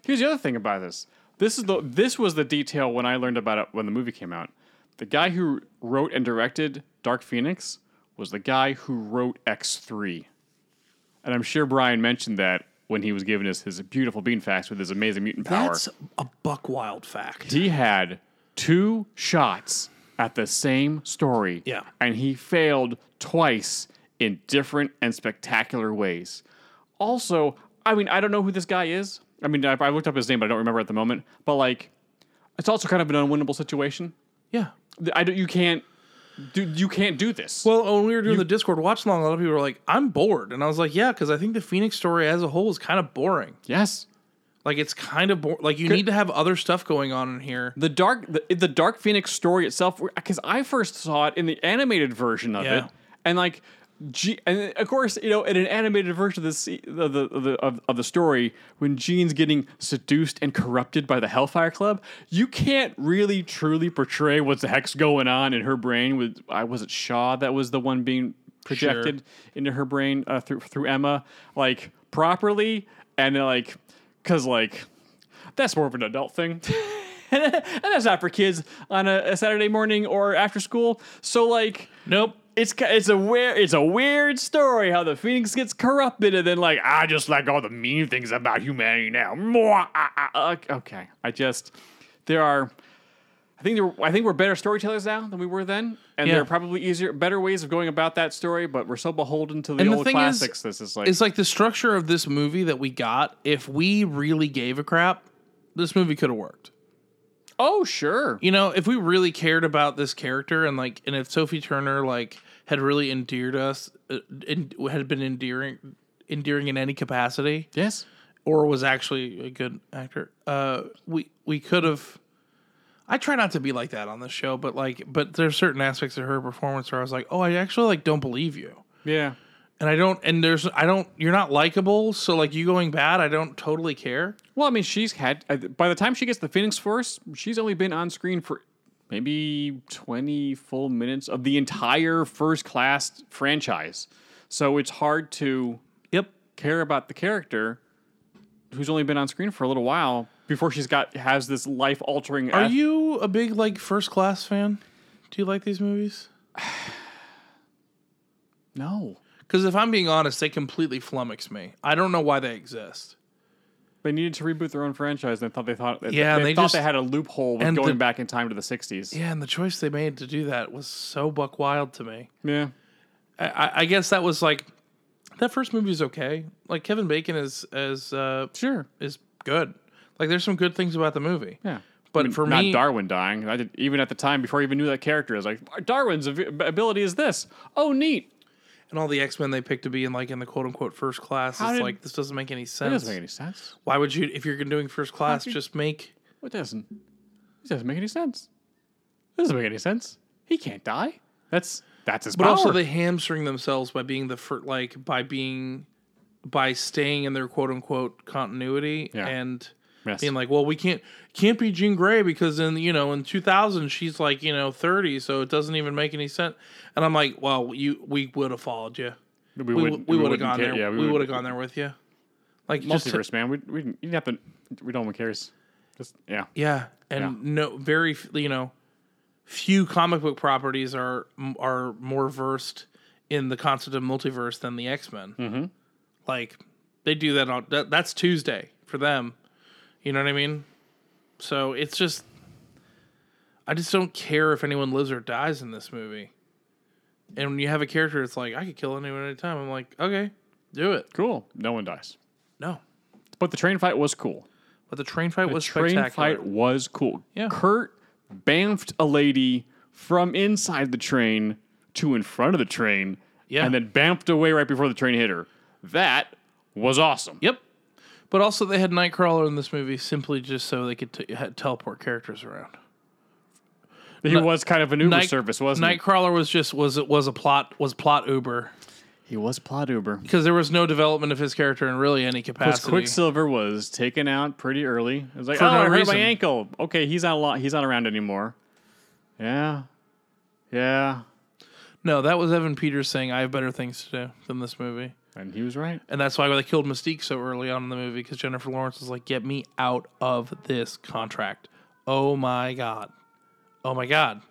Speaker 5: Here's the other thing about this. This is the this was the detail when I learned about it when the movie came out. The guy who wrote and directed Dark Phoenix was the guy who wrote X3. And I'm sure Brian mentioned that when he was giving us his beautiful bean facts with his amazing mutant power.
Speaker 3: that's a buck wild fact.
Speaker 5: he had two shots at the same story.
Speaker 3: Yeah.
Speaker 5: And he failed twice in different and spectacular ways. Also, I mean, I don't know who this guy is. I mean, I, I looked up his name, but I don't remember at the moment. But like, it's also kind of an unwinnable situation.
Speaker 3: Yeah.
Speaker 5: I don't, you can't do you can't do this.
Speaker 3: Well, when we were doing the Discord watch along, a lot of people were like, "I'm bored," and I was like, "Yeah," because I think the Phoenix story as a whole is kind of boring.
Speaker 5: yes.
Speaker 3: Like it's kind of boring. Like you need to have other stuff going on in here.
Speaker 5: The dark, the, the Dark Phoenix story itself, because I first saw it in the animated version of
Speaker 3: Yeah.
Speaker 5: it, and like, G- and of course, you know, in an animated version of the se- of the of the, of, of the story, when Jean's getting seduced and corrupted by the Hellfire Club, you can't really truly portray what the heck's going on in her brain. With I was it Shaw that was the one being projected into her brain uh, through through Emma, like properly, and uh, like, cause like that's more of an adult thing. and that's not for kids on a, a Saturday morning or after school. So like
Speaker 3: Nope.
Speaker 5: it's ki- it's a weird it's a weird story how the Phoenix gets corrupted and then like I just like all the mean things about humanity now. Mwah, ah, ah, ah. Okay, I just there are I think there, I think we're better storytellers now than we were then, and there
Speaker 3: Yeah.
Speaker 5: are probably easier better ways of going about that story. But we're so beholden to the
Speaker 3: And the
Speaker 5: old
Speaker 3: thing is-
Speaker 5: classics. this is like
Speaker 3: it's like the structure of this movie that we got. If we really gave a crap, this movie could have worked.
Speaker 5: oh sure
Speaker 3: You know, if we really cared about this character and like, and if Sophie Turner like had really endeared us, uh, en- had been endearing, endearing in any capacity,
Speaker 5: yes
Speaker 3: or was actually a good actor, uh, we we could have. I try not to be like that on this show, but like, but there's certain aspects of her performance where I was like, oh, I actually like don't believe you.
Speaker 5: yeah
Speaker 3: and I don't and there's I don't you're not likable, so like you going bad, I don't totally care.
Speaker 5: Well, I mean, she's had uh, by the time she gets the Phoenix Force, she's only been on screen for maybe twenty full minutes of the entire First Class franchise. So it's hard to
Speaker 3: Yep.
Speaker 5: care about the character who's only been on screen for a little while before she's got has this life altering.
Speaker 3: Are you a big like first class fan? Do you like these movies?
Speaker 5: no?
Speaker 3: Because if I'm being honest, they completely flummox me. I don't know why they exist.
Speaker 5: They needed to reboot their own franchise, and they thought they thought they,
Speaker 3: Yeah,
Speaker 5: they,
Speaker 3: they
Speaker 5: thought
Speaker 3: just-
Speaker 5: they had a loophole with
Speaker 3: and
Speaker 5: going
Speaker 3: the-
Speaker 5: back in time to the sixties.
Speaker 3: Yeah, and the choice they made to do that was so buck wild to me.
Speaker 5: yeah.
Speaker 3: I, I, I guess that was like that first movie is okay. Like Kevin Bacon is is uh,
Speaker 5: sure,
Speaker 3: is good. Like there's some good things about the movie.
Speaker 5: yeah.
Speaker 3: But
Speaker 5: I mean,
Speaker 3: for
Speaker 5: not
Speaker 3: me,
Speaker 5: Darwin dying. I did, even at the time before I even knew that character, I was like, Darwin's av- ability is this. Oh, neat.
Speaker 3: and all the X Men they picked to be in like in the quote unquote first class
Speaker 5: How
Speaker 3: is
Speaker 5: did-
Speaker 3: like this doesn't make any sense.
Speaker 5: That doesn't make any sense.
Speaker 3: Why would you, if you're doing first class,
Speaker 5: you-
Speaker 3: just make?
Speaker 5: What doesn't? It doesn't make any sense. It doesn't make any sense. He can't die. That's that's his
Speaker 3: But
Speaker 5: power.
Speaker 3: also, they hamstring themselves by being the first, like by being, by staying in their quote unquote continuity
Speaker 5: Yeah.
Speaker 3: and
Speaker 5: Yes.
Speaker 3: being like, well, we can't can't be Jean Grey because in you know in 2000 she's like you know 30, so it doesn't even make any sense. And I'm like, well, you we would have followed you.
Speaker 5: we,
Speaker 3: We
Speaker 5: wouldn't-
Speaker 3: would we would have
Speaker 5: wouldn't
Speaker 3: gone
Speaker 5: care.
Speaker 3: there.
Speaker 5: Yeah,
Speaker 3: we would have gone there with you. Like just to-
Speaker 5: Multiverse, man. We we didn't you'd have to. We don't. One cares. Just yeah.
Speaker 3: Yeah, and
Speaker 5: Yeah.
Speaker 3: no, very f- you know, few comic book properties are are more versed in the concept of multiverse than the X Men. Mm-hmm. Like They do that on that, that's Tuesday for them. You know what I mean? So it's just I just don't care if anyone lives or dies in this movie. And when you have a character it's like I could kill anyone at any time, I'm like, okay, do it.
Speaker 5: Cool. No one dies.
Speaker 3: No.
Speaker 5: But the train fight was cool.
Speaker 3: But the train fight was
Speaker 5: train
Speaker 3: spectacular.
Speaker 5: fight was cool.
Speaker 3: Yeah.
Speaker 5: Kurt bamfed a lady from inside the train to in front of the train
Speaker 3: Yeah.
Speaker 5: and then bamfed away right before the train hit her. That was awesome.
Speaker 3: Yep. But also, they had Nightcrawler in this movie simply just so they could t- ha- teleport characters around.
Speaker 5: He was kind of an Uber
Speaker 3: Night-
Speaker 5: service, wasn't
Speaker 3: Nightcrawler was just was was a plot was plot Uber
Speaker 5: he? He was plot Uber.
Speaker 3: because there was no development of his character in really any
Speaker 5: Because
Speaker 3: capacity.
Speaker 5: Quicksilver was taken out pretty early. It was like,
Speaker 3: For
Speaker 5: oh,
Speaker 3: no
Speaker 5: I hurt
Speaker 3: reason.
Speaker 5: my ankle. Okay, he's not a lot. He's not around anymore. Yeah, yeah,
Speaker 3: no, that was Evan Peters saying, "I have better things to do than this movie,"
Speaker 5: and he was right.
Speaker 3: and that's why they killed Mystique so early on in the movie because Jennifer Lawrence was like, "Get me out of this contract." Oh my god, oh my god,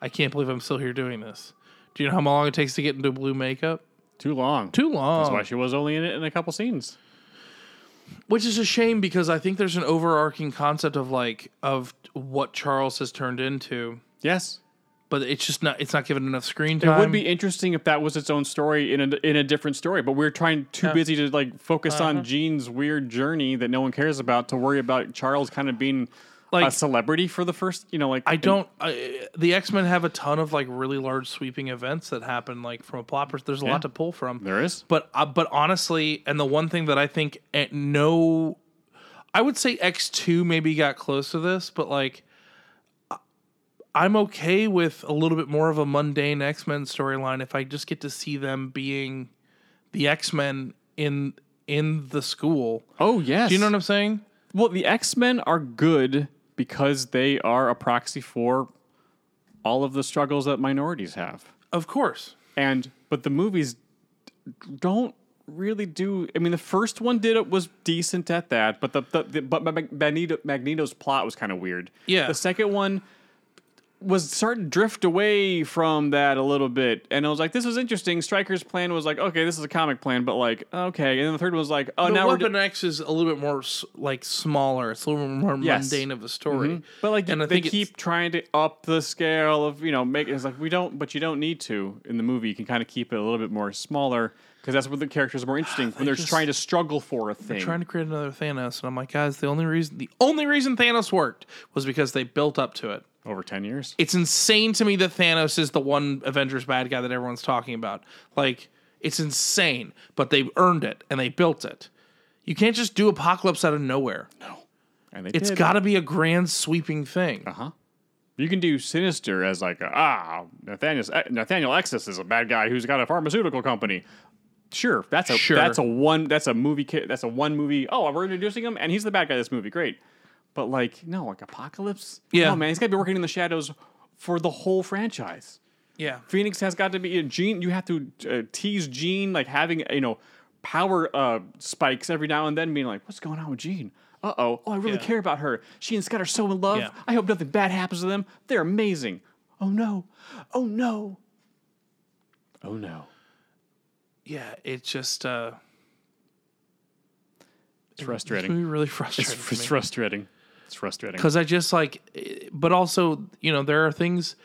Speaker 3: I can't believe I'm still here doing this. Do you know how long it takes to get into blue makeup?
Speaker 5: Too long.
Speaker 3: Too long.
Speaker 5: That's why she was only in it in a couple scenes.
Speaker 3: which is a shame because I think there's an overarching concept of like of what Charles has turned into,
Speaker 5: Yes,
Speaker 3: but it's just not it's not given enough screen
Speaker 5: it
Speaker 3: time.
Speaker 5: would be interesting if that was its own story in a in a different story. But we're trying too busy to like focus on Jean's weird journey that no one cares about to worry about Charles kind of being a
Speaker 3: Like-
Speaker 5: celebrity for the first. You know, like
Speaker 3: I don't. I, the X Men have a ton of like really large sweeping events that happen like from a plot. Pers- there's a lot to pull from.
Speaker 5: There is.
Speaker 3: but uh, but honestly, and the one thing that I think at no, I would say X two maybe got close to this, but like. I- I'm okay with a little bit more of a mundane X Men storyline if I just get to see them being the X Men in in the school.
Speaker 5: Oh yes.
Speaker 3: Do you know what I'm saying?
Speaker 5: Well, the X Men are good because they are a proxy for all of the struggles that minorities have,
Speaker 3: Of course.
Speaker 5: and but the movies don't really do. I mean, the first one did it was decent at that, but the, the, the but Mag- Magneto, Magneto's plot was kind of weird.
Speaker 3: Yeah.
Speaker 5: the second one was starting to drift away from that a little bit, and I was like, this was interesting. Stryker's plan was like, okay, this is a comic plan, but like, okay, and then the third one was like, oh,
Speaker 3: But
Speaker 5: now we're do-
Speaker 3: Weapon X is a little bit more s- like smaller. It's a little more
Speaker 5: Yes. Mm-hmm.
Speaker 3: mundane of a story.
Speaker 5: But like
Speaker 3: and I
Speaker 5: they
Speaker 3: think it's-
Speaker 5: keep trying to up the scale of you know make it's like we don't, but you don't need to in the movie. You can kind of keep it a little bit more smaller because that's where the characters are more interesting when they're
Speaker 3: just-
Speaker 5: trying to struggle for a thing.
Speaker 3: trying to create another Thanos, and I'm like, guys, the only reason the only reason Thanos worked was because they built up to it.
Speaker 5: Over ten years,
Speaker 3: It's insane to me that Thanos is the one Avengers bad guy that everyone's talking about. Like, it's insane, but they earned it and they built it. You can't just do Apocalypse out of nowhere.
Speaker 5: and they
Speaker 3: It's
Speaker 5: did.
Speaker 3: got to be a grand sweeping thing.
Speaker 5: Uh-huh. You can do Sinister as like ah Nathaniel Nathaniel Exus is a bad guy who's got a pharmaceutical company. Sure, that's a
Speaker 3: Sure.
Speaker 5: that's a one that's a movie ca- that's a one movie. Oh, we're introducing him and he's the bad guy. in This movie, great. But like no, like Apocalypse.
Speaker 3: Yeah.
Speaker 5: no, man, he's got to be working in the shadows for the whole franchise.
Speaker 3: Yeah.
Speaker 5: Phoenix has got to be a Gene. You have to uh, tease Gene, like having you know power uh, spikes every now and then, being like, "What's going on with Gene? Uh oh. Oh, I really
Speaker 3: Yeah.
Speaker 5: care about her. She and Scott are so in love.
Speaker 3: Yeah.
Speaker 5: I hope nothing bad happens to them. They're amazing. Oh no. Oh no. Oh no.
Speaker 3: Yeah. It just, uh,
Speaker 5: It's
Speaker 3: this
Speaker 5: frustrating.
Speaker 3: movie really frustrated me.
Speaker 5: It's frustrating. It's frustrating.
Speaker 3: because I just like, eh, but also you know there are things,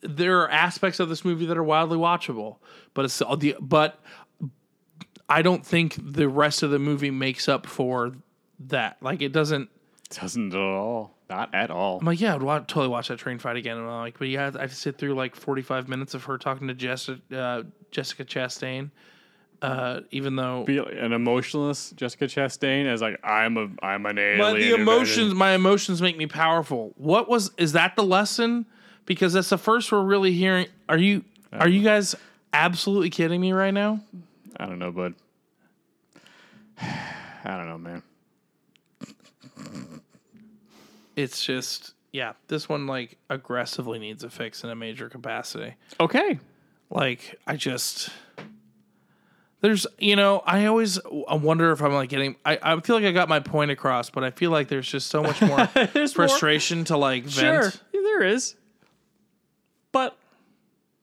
Speaker 3: there are aspects of this movie that are wildly watchable, but it's all the but I don't think the rest of the movie makes up for that. Like it doesn't.
Speaker 5: It doesn't at all. Not at all.
Speaker 3: I'm like, yeah, I'd wa- totally watch that train fight again. And I'm like, but yeah, I have to sit through like 45 minutes of her talking to Jessica uh, Jessica Chastain, uh, even though.
Speaker 5: Be an emotionless Jessica Chastain as like I'm a I'm an alien.
Speaker 3: But the
Speaker 5: who-
Speaker 3: emotions, my emotions make me powerful. What was is that the lesson? Because that's the first we're really hearing. Are you are you guys absolutely kidding me right now?
Speaker 5: I don't know, bud. I don't know, man.
Speaker 3: It's just yeah, this one like aggressively needs a fix in a major capacity.
Speaker 5: Okay.
Speaker 3: Like I just there's you know I always I wonder if I'm like getting I I feel like I got my point across, but I feel like there's just so much more
Speaker 5: There's
Speaker 3: frustration to like vent.
Speaker 5: Sure, yeah, there is. But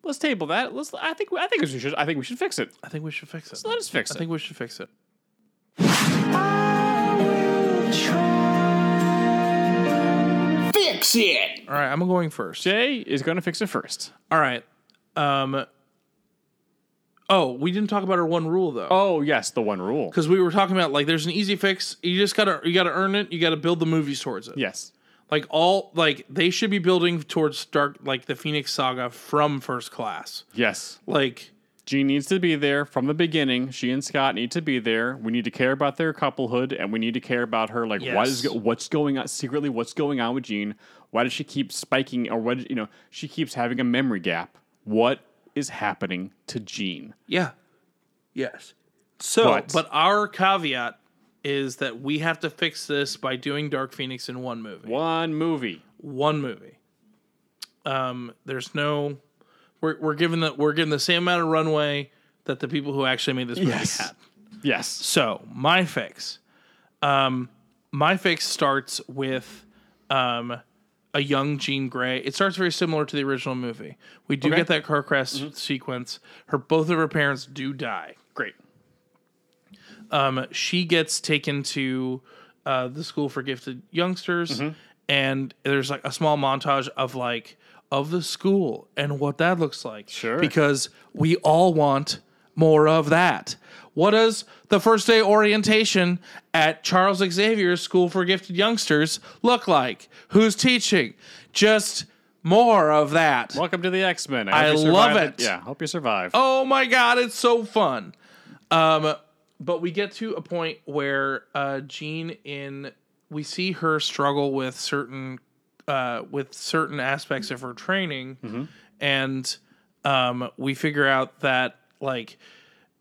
Speaker 5: let's table that. Let's. I think. I think we should. I think we should fix it.
Speaker 3: I think we should fix it.
Speaker 5: Let us fix
Speaker 3: I
Speaker 5: it.
Speaker 3: think we should fix it.
Speaker 4: fix it.
Speaker 3: All right, I'm going first.
Speaker 5: Jay is going to fix it first.
Speaker 3: All right. Um. Oh, we didn't talk about our one rule though.
Speaker 5: Oh yes, the one rule.
Speaker 3: because we were talking about like there's an easy fix. You just gotta you gotta earn it. You gotta build the movies towards it.
Speaker 5: Yes.
Speaker 3: Like all like they should be building towards Dark like the Phoenix Saga from First Class.
Speaker 5: Yes.
Speaker 3: Like
Speaker 5: Jean needs to be there from the beginning. She and Scott need to be there. We need to care about their couplehood, and we need to care about her. Like, what is
Speaker 3: Yes.
Speaker 5: go- what's going on secretly? What's going on with Jean? Why does she keep spiking? Or what? You know, she keeps having a memory gap. What is happening to Jean?
Speaker 3: yeah, yes. So,
Speaker 5: But-
Speaker 3: but, our caveat is that we have to fix this by doing Dark Phoenix in one movie.
Speaker 5: One movie.
Speaker 3: One movie. Um, there's no. We're we're given the we're given the same amount of runway that the people who actually made this movie
Speaker 5: Yes.
Speaker 3: had.
Speaker 5: Yes.
Speaker 3: So my fix, um, my fix starts with um, a young Jean Grey. It starts very similar to the original movie. We do get that car crash sequence. Her both of her parents do die.
Speaker 5: Great.
Speaker 3: Um, she gets taken to uh, the school for gifted youngsters, and there's like a small montage of like of the school and what that looks like. Sure, because we all want more of that. What does the first day orientation at Charles Xavier's School for Gifted Youngsters look like? Who's teaching? Just more of that.
Speaker 5: Welcome to the X Men. I, hope
Speaker 3: I
Speaker 5: you survive
Speaker 3: love it.
Speaker 5: Yeah. Hope you survive.
Speaker 3: Oh my god, it's so fun. Um, but we get to a point where uh, Jean in we see her struggle with certain uh, with certain aspects of her training, and um, we figure out that like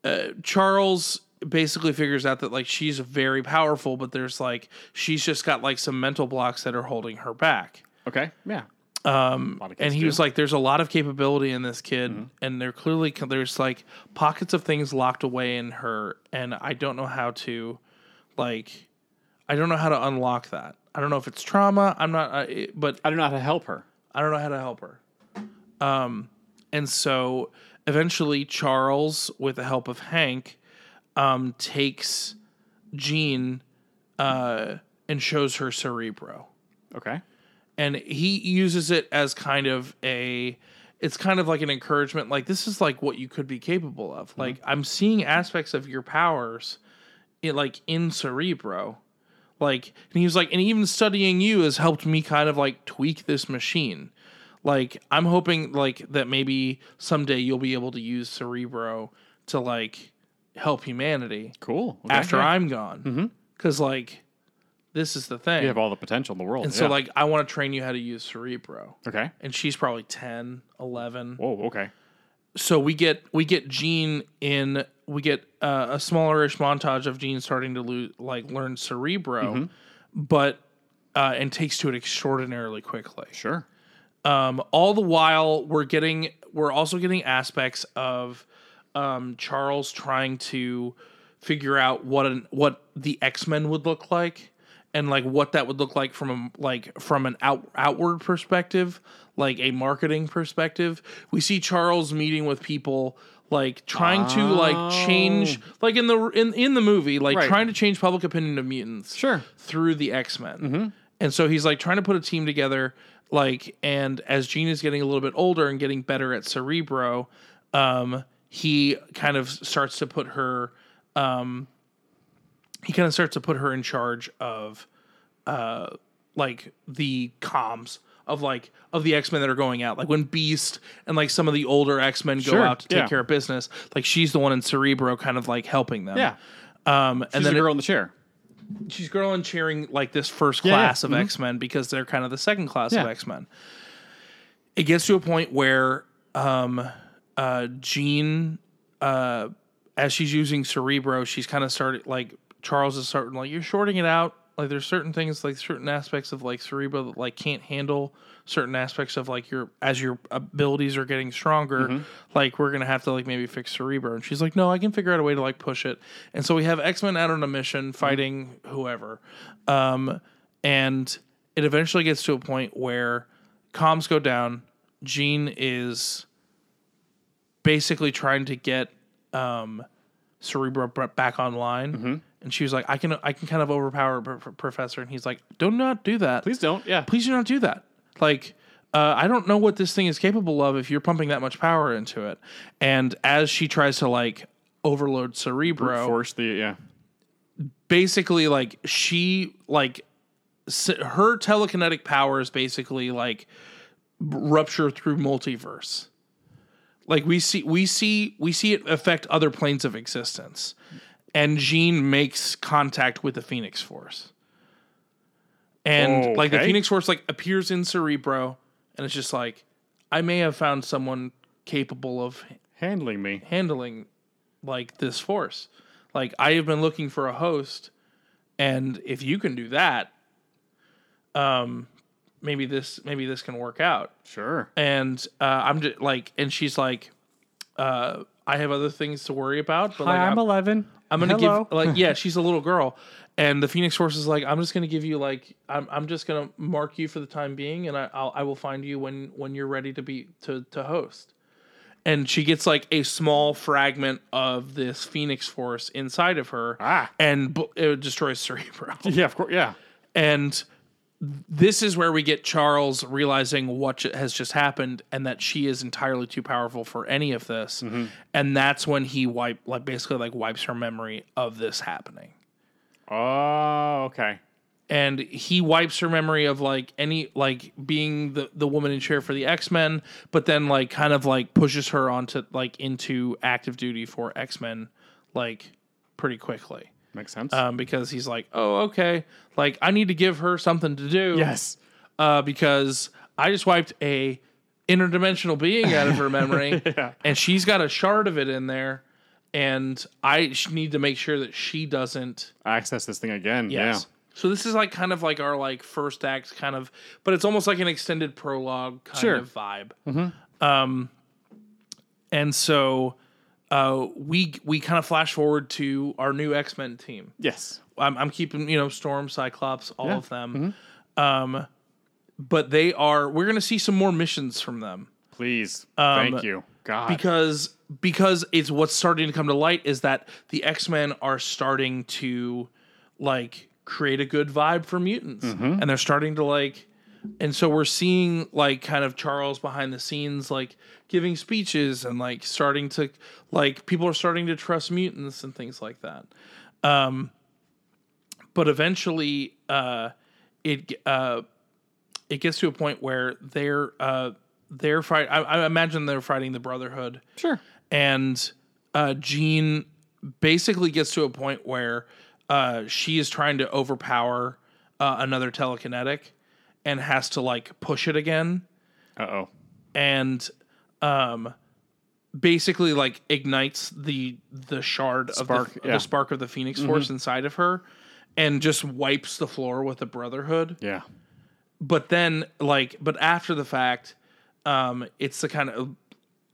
Speaker 3: uh, Charles basically figures out that like she's very powerful, but there's like she's just got like some mental blocks that are holding her back
Speaker 5: Okay. Yeah. Um,
Speaker 3: and he was like there's a lot of capability in this kid and there clearly co- there's like pockets of things locked away in her and i don't know how to like i don't know how to unlock that i don't know if it's trauma i'm not I, it- but
Speaker 5: I don't know how to help her.
Speaker 3: i don't know how to help her um and so eventually charles with the help of hank um takes jean uh and shows her cerebro
Speaker 5: Okay.
Speaker 3: and he uses it as kind of a it's kind of like an encouragement like this is like what you could be capable of
Speaker 5: Mm-hmm.
Speaker 3: like i'm seeing aspects of your powers in, like in cerebro like and he was like and even studying you has helped me kind of like tweak this machine like i'm hoping like that maybe someday you'll be able to use cerebro to like help humanity
Speaker 5: Cool. Okay.
Speaker 3: after
Speaker 5: Yeah. Mm-hmm.
Speaker 3: i'm gone because like this is the thing
Speaker 5: you have all the potential in the world.
Speaker 3: and so
Speaker 5: Yeah.
Speaker 3: like I want to train you how to use Cerebro.
Speaker 5: okay.
Speaker 3: And she's probably 10, 11.
Speaker 5: Whoa. Okay.
Speaker 3: So we get we get Jean in we get uh, a smallerish montage of Jean starting to lose like learn Cerebro, but uh, and takes to it extraordinarily quickly.
Speaker 5: Sure.
Speaker 3: Um, all the while we're getting we're also getting aspects of um, Charles trying to figure out what an what the X Men would look like and like what that would look like from a like from an out, outward perspective, like a marketing perspective. We see Charles meeting with people like trying to like change like in the in in the movie like
Speaker 5: Oh. Right.
Speaker 3: trying to change public opinion of mutants
Speaker 5: Sure. Mm-hmm.
Speaker 3: through the X Men. And so he's like trying to put a team together. Like, and as Gene is getting a little bit older and getting better at Cerebro, um, he kind of starts to put her, um, he kind of starts to put her in charge of, uh, like the comms of like of the X Men that are going out. Like when Beast and like some of the older X Men go
Speaker 5: Sure,
Speaker 3: out to take
Speaker 5: yeah.
Speaker 3: care of business, like she's the one in Cerebro, kind of like helping them.
Speaker 5: Yeah.
Speaker 3: Um, and
Speaker 5: She's
Speaker 3: then
Speaker 5: the
Speaker 3: it-
Speaker 5: girl in the chair.
Speaker 3: she's girl and cheering like this first
Speaker 5: yeah. Mm-hmm.
Speaker 3: class of X-Men because they're kind of the second class of
Speaker 5: Yeah.
Speaker 3: X-Men. It gets to a point where um uh Jean uh as she's using Cerebro, she's kind of started like Charles is starting like you're shorting it out. Like there's certain things like certain aspects of like Cerebro that like can't handle certain aspects of like your as your abilities are getting stronger,
Speaker 5: Mm-hmm.
Speaker 3: like we're gonna have to like maybe fix Cerebro. And she's like, no, I can figure out a way to like push it. And so we have X Men out on a mission fighting
Speaker 5: Mm-hmm.
Speaker 3: whoever, um, and it eventually gets to a point where comms go down. Jean is basically trying to get um, Cerebro br- back online,
Speaker 5: Mm-hmm.
Speaker 3: and she was like, "I can, I can kind of overpower Pro- Pro- Professor," and he's like, "Do not do that,
Speaker 5: Please don't. Yeah.
Speaker 3: Please do not do that." like uh, I don't know what this thing is capable of if you're pumping that much power into it. And as she tries to like overload Cerebro,
Speaker 5: Force the yeah.
Speaker 3: basically like she like s- her telekinetic powers basically like rupture through multiverse like we see we see we see it affect other planes of existence and jean makes contact with the phoenix force and like the
Speaker 5: Okay.
Speaker 3: phoenix force like appears in cerebro and it's just like i may have found someone capable of
Speaker 5: Handling me.
Speaker 3: handling like this force. Like I have been looking for a host, and if you can do that, um, maybe this maybe this can work out.
Speaker 5: Sure.
Speaker 3: And uh, I'm just like, and she's like, uh, I have other things to worry about, but like,
Speaker 5: Hi, I'm
Speaker 3: I'm,
Speaker 5: eleven.
Speaker 3: I'm gonna
Speaker 5: Hello.
Speaker 3: give like yeah, she's a little girl, and the Phoenix Force is like, I'm just gonna give you like I'm I'm just gonna mark you for the time being, and I I'll, I will find you when when you're ready to be to to host. And she gets like a small fragment of this Phoenix Force inside of her,
Speaker 5: Ah.
Speaker 3: and bu- it destroys Cerebro.
Speaker 5: Yeah, of course. Yeah.
Speaker 3: And this is where we get Charles realizing what ju- has just happened and that she is entirely too powerful for any of this. And that's when he wipe like basically like wipes her memory of this happening.
Speaker 5: Oh, okay.
Speaker 3: And he wipes her memory of like any like being the the woman in chair for the X-Men, but then like kind of like pushes her onto like into active duty for X-Men like pretty quickly.
Speaker 5: Makes sense.
Speaker 3: Um, because he's like, oh, okay. Like, I need to give her something to do
Speaker 5: yes.
Speaker 3: uh, because I just wiped a interdimensional being out of her memory, and she's got a shard of it in there, and I sh- need to make sure that she doesn't.
Speaker 5: Access this thing again.
Speaker 3: So this is like kind of like our like first act kind of, but it's almost like an extended prologue kind
Speaker 5: Sure.
Speaker 3: of vibe. Um, and so. Uh, we we kind of flash forward to our new X Men team.
Speaker 5: Yeah. Yes.
Speaker 3: I'm, I'm keeping you know Storm, Cyclops, all of them. Um, but they are. We're gonna see some more missions from them
Speaker 5: Please. Thank you. God.
Speaker 3: because because it's what's starting to come to light is that the X Men are starting to like create a good vibe for mutants, and they're starting to like. And so we're seeing like kind of Charles behind the scenes, like giving speeches and like starting to like people are starting to trust mutants and things like that. Um, but eventually uh, it uh, it gets to a point where they're uh, they're fight. I, I imagine they're fighting the Brotherhood. Sure. And uh, Jean basically gets to a point where uh, she is trying to overpower uh, another telekinetic and has to like push it again
Speaker 5: uh oh.
Speaker 3: and um basically like ignites the the shard
Speaker 5: Spark,
Speaker 3: of the,
Speaker 5: yeah. Mm-hmm.
Speaker 3: the spark of the phoenix force inside of her and just wipes the floor with the brotherhood
Speaker 5: Yeah.
Speaker 3: but then like but after the fact um it's the kind of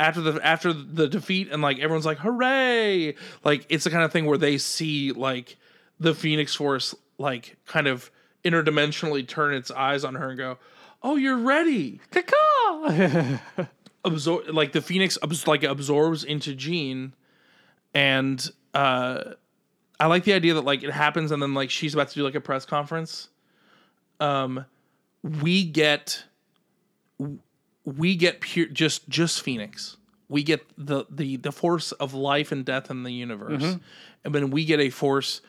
Speaker 3: after the after the defeat and like everyone's like hooray like it's the kind of thing where they see like the phoenix force like kind of interdimensionally turn its eyes on her and go oh you're ready absorb like the phoenix abs- like absorbs into Jean, and uh, I like the idea that like it happens and then like she's about to do like a press conference. Um, we get we get pure just just Phoenix. We get the the the force of life and death in the universe, and then we get a force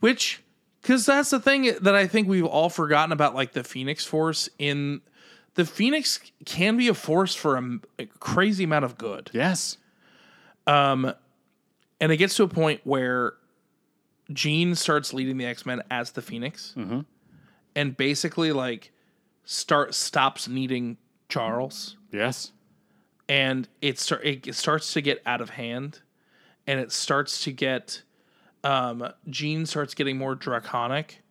Speaker 3: which because that's the thing that I think we've all forgotten about like the Phoenix Force in the Phoenix can be a force for a, m- a crazy amount of good.
Speaker 5: Yes.
Speaker 3: And it gets to a point where Jean starts leading the X Men as the Phoenix, and basically like start stops needing Charles,
Speaker 5: Yes.
Speaker 3: and it start it g- starts to get out of hand, and it starts to get um, Jean starts getting more draconic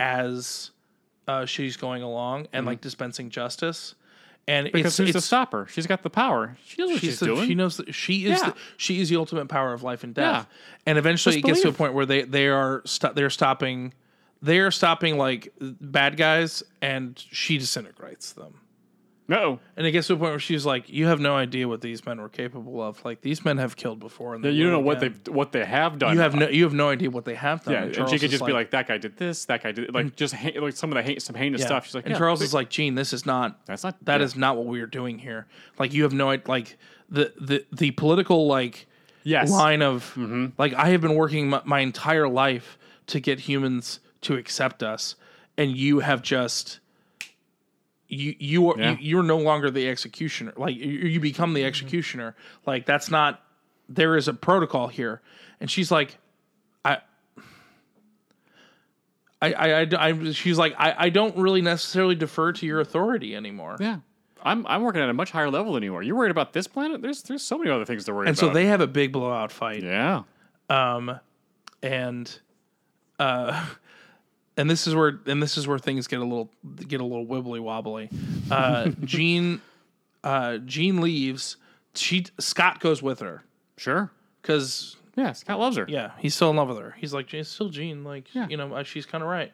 Speaker 3: as uh, she's going along and like dispensing justice. And
Speaker 5: Because
Speaker 3: it's,
Speaker 5: who's
Speaker 3: it's
Speaker 5: to stop her? She's got the power. She knows what she's,
Speaker 3: she's the,
Speaker 5: doing.
Speaker 3: she knows that she is
Speaker 5: Yeah.
Speaker 3: the, she is the ultimate power of life and death
Speaker 5: Yeah.
Speaker 3: and eventually
Speaker 5: Just
Speaker 3: it gets to a
Speaker 5: believe.
Speaker 3: point where they they are sto- they're stopping they're stopping like bad guys and she disintegrates them
Speaker 5: No.
Speaker 3: And it gets to a point where she's like, "You have no idea what these men were capable of. Like these men have killed before, and they
Speaker 5: You don't know
Speaker 3: will
Speaker 5: what
Speaker 3: again.
Speaker 5: they've what they have done.
Speaker 3: You have no. You have no idea what they have done."
Speaker 5: yeah, and
Speaker 3: Charles
Speaker 5: she could
Speaker 3: is
Speaker 5: just be like, "That guy did this. That guy did like just ha- like some of the hate, some heinous
Speaker 3: Yeah.
Speaker 5: stuff." She's like,
Speaker 3: and
Speaker 5: "Yeah,
Speaker 3: Charles
Speaker 5: but-
Speaker 3: is like, Gene, this is not.
Speaker 5: That's not-
Speaker 3: That
Speaker 5: yeah.
Speaker 3: is not what we are doing here. Like you have no idea. Like the the the political like
Speaker 5: Yes. Mm-hmm.
Speaker 3: line of like I have been working my, my entire life to get humans to accept us, and you have just. You you are
Speaker 5: Yeah. Mm-hmm.
Speaker 3: you, you're no longer the executioner. Like you, you become the executioner. Like that's not. There is a protocol here, and she's like, I, I, I, I she's like, I, I don't really necessarily defer to your authority anymore.
Speaker 5: yeah, I'm I'm working at a much higher level than you are. You're worried about this planet. There's there's so many other things to worry
Speaker 3: And
Speaker 5: about.
Speaker 3: so they have a big blowout fight,
Speaker 5: yeah,
Speaker 3: and, uh, and this is where and this is where things get a little get a little wibbly wobbly. Uh, Jean, uh, Jean leaves. She Scott goes with her
Speaker 5: sure.
Speaker 3: because
Speaker 5: Yeah, Scott loves her.
Speaker 3: Yeah, he's still in love with her. He's like, it's still Jean. Like, you know, uh, she's kind of right.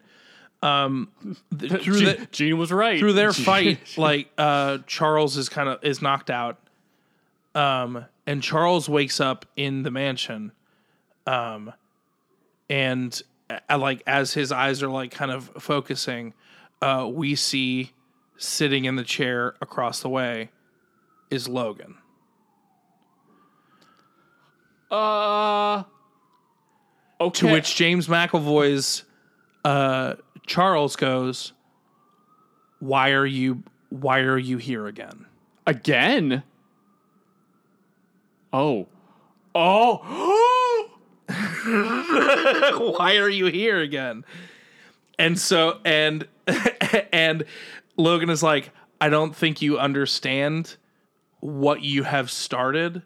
Speaker 3: Um, th- through
Speaker 5: Gene,
Speaker 3: the,
Speaker 5: Gene was right.
Speaker 3: through their fight, like uh, Charles is kind of is knocked out, um, and Charles wakes up in the mansion, um, and uh, like as his eyes are like kind of focusing, uh, we see sitting in the chair across the way is Logan.
Speaker 5: Uh, okay.
Speaker 3: To which James McAvoy's uh, Charles goes, "Why are you? Why are you here again?"
Speaker 5: again? Oh, oh,
Speaker 3: why are you here again? And so and and Logan is like, I don't think you understand what you have started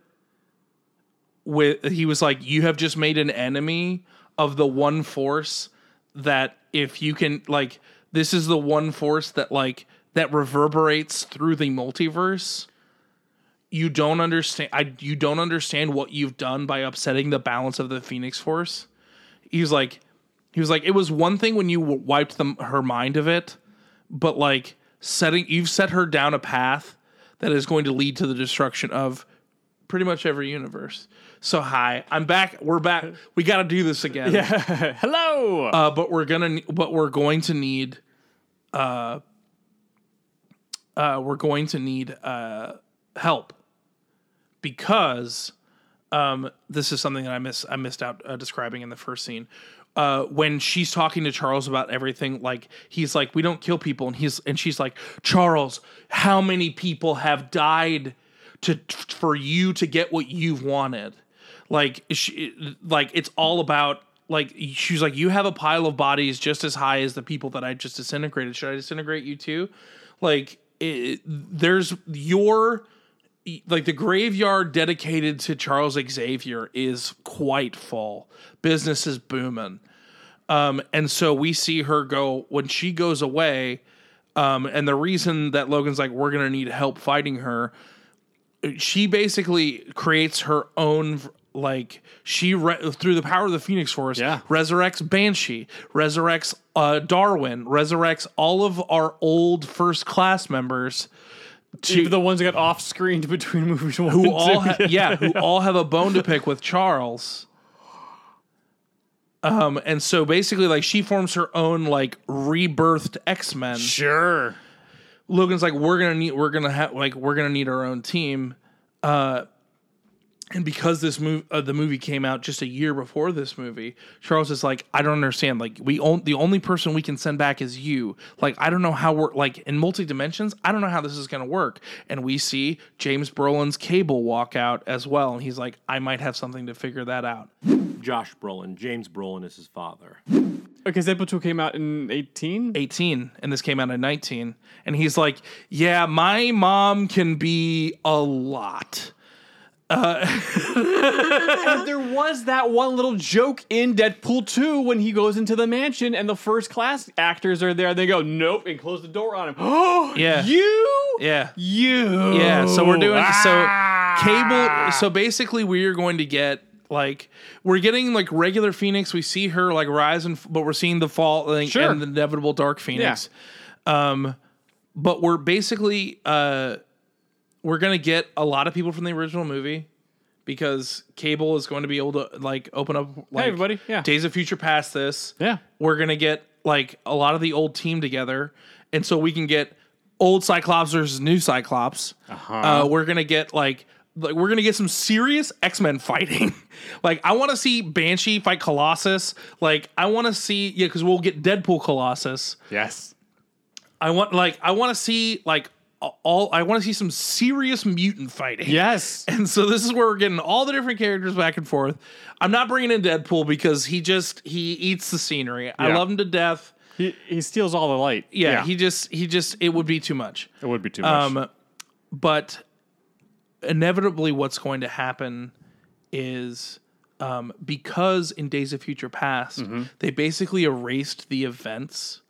Speaker 3: with he was like, you have just made an enemy of the one force that if you can like this is the one force that like that reverberates through the multiverse you don't understand I you don't understand what you've done by upsetting the balance of the Phoenix Force. He's like he was like it was one thing when you w- wiped them her mind of it, but like setting you've set her down a path that is going to lead to the destruction of pretty much every universe. So hi, I'm back. We're back. We got to do this again.
Speaker 5: hello.
Speaker 3: Uh, but we're gonna but we're going to need uh uh we're going to need uh help because um this is something that I miss I missed out uh, describing in the first scene. Uh, when she's talking to Charles about everything, like he's like, "We don't kill people," and he's and she's like, "Charles, how many people have died to for you to get what you've wanted?" Like, she, like it's all about like she's like, "You have a pile of bodies just as high as the people that I just disintegrated. Should I disintegrate you too?" Like, it, there's your like the graveyard dedicated to Charles Xavier is quite full. Business is booming. Um, and so we see her go when she goes away. Um, and the reason that Logan's like, we're going to need help fighting her, she basically creates her own, like, she re- through the power of the Phoenix Force,
Speaker 5: Yeah.
Speaker 3: resurrects Banshee, resurrects uh, Darwin, resurrects all of our old first class members
Speaker 5: Even the ones that got off screen between movies one
Speaker 3: who
Speaker 5: and two.
Speaker 3: all ha- yeah, who all have a bone to pick with Charles. Um, and so basically, like she forms her own like rebirthed X Men.
Speaker 5: Sure.
Speaker 3: Logan's like, we're gonna need, we're gonna have, like, we're gonna need our own team. Uh, and because this move, uh, the movie came out just a year before this movie, Charles is like, I don't understand. Like, we on- the only person we can send back is you. Like, I don't know how we're like in multi dimensions. I don't know how this is gonna work. And we see James Brolin's cable walk out as well, and he's like, I might have something to figure that out.
Speaker 1: Josh Brolin, James Brolin is his father.
Speaker 5: Okay, Deadpool 2 came out in 18.
Speaker 3: 18 and this came out at 19 and he's like yeah my mom can be a lot
Speaker 5: And there was that one little joke in Deadpool 2 when he goes into the mansion and the first class actors are there. They go, nope, and close the door on him. Oh,
Speaker 3: Yeah.
Speaker 5: You?
Speaker 3: yeah
Speaker 5: You.
Speaker 3: yeah so we're doing
Speaker 5: Ah.
Speaker 3: so cable so basically we're going to get like we're getting like regular phoenix we see her like rise and f- but we're seeing the fall like,
Speaker 5: Sure.
Speaker 3: and the inevitable dark phoenix um but we're basically uh, we're gonna get a lot of people from the original movie because Cable is going to be able to like open up like
Speaker 5: everybody. Yeah.
Speaker 3: Days of Future Past this.
Speaker 5: Yeah.
Speaker 3: we're gonna get like a lot of the old team together, and so we can get old Cyclops versus new Cyclops. Uh-huh. we're gonna get like. Like we're gonna get some serious X Men fighting. like I want to see Banshee fight Colossus. Like I want to see yeah, because we'll get Deadpool Colossus.
Speaker 5: Yes.
Speaker 3: I want like I want to see like a- all I want to see some serious mutant fighting.
Speaker 5: Yes.
Speaker 3: And so this is where we're getting all the different characters back and forth. I'm not bringing in Deadpool because he just he eats the scenery. I
Speaker 5: Yeah.
Speaker 3: love him to death.
Speaker 5: He, he steals all the light.
Speaker 3: Yeah, he just he just it would be too much.
Speaker 5: it would be too much.
Speaker 3: Um but inevitably what's going to happen is um because in Days of Future Past
Speaker 5: Mm-hmm.
Speaker 3: they basically erased the events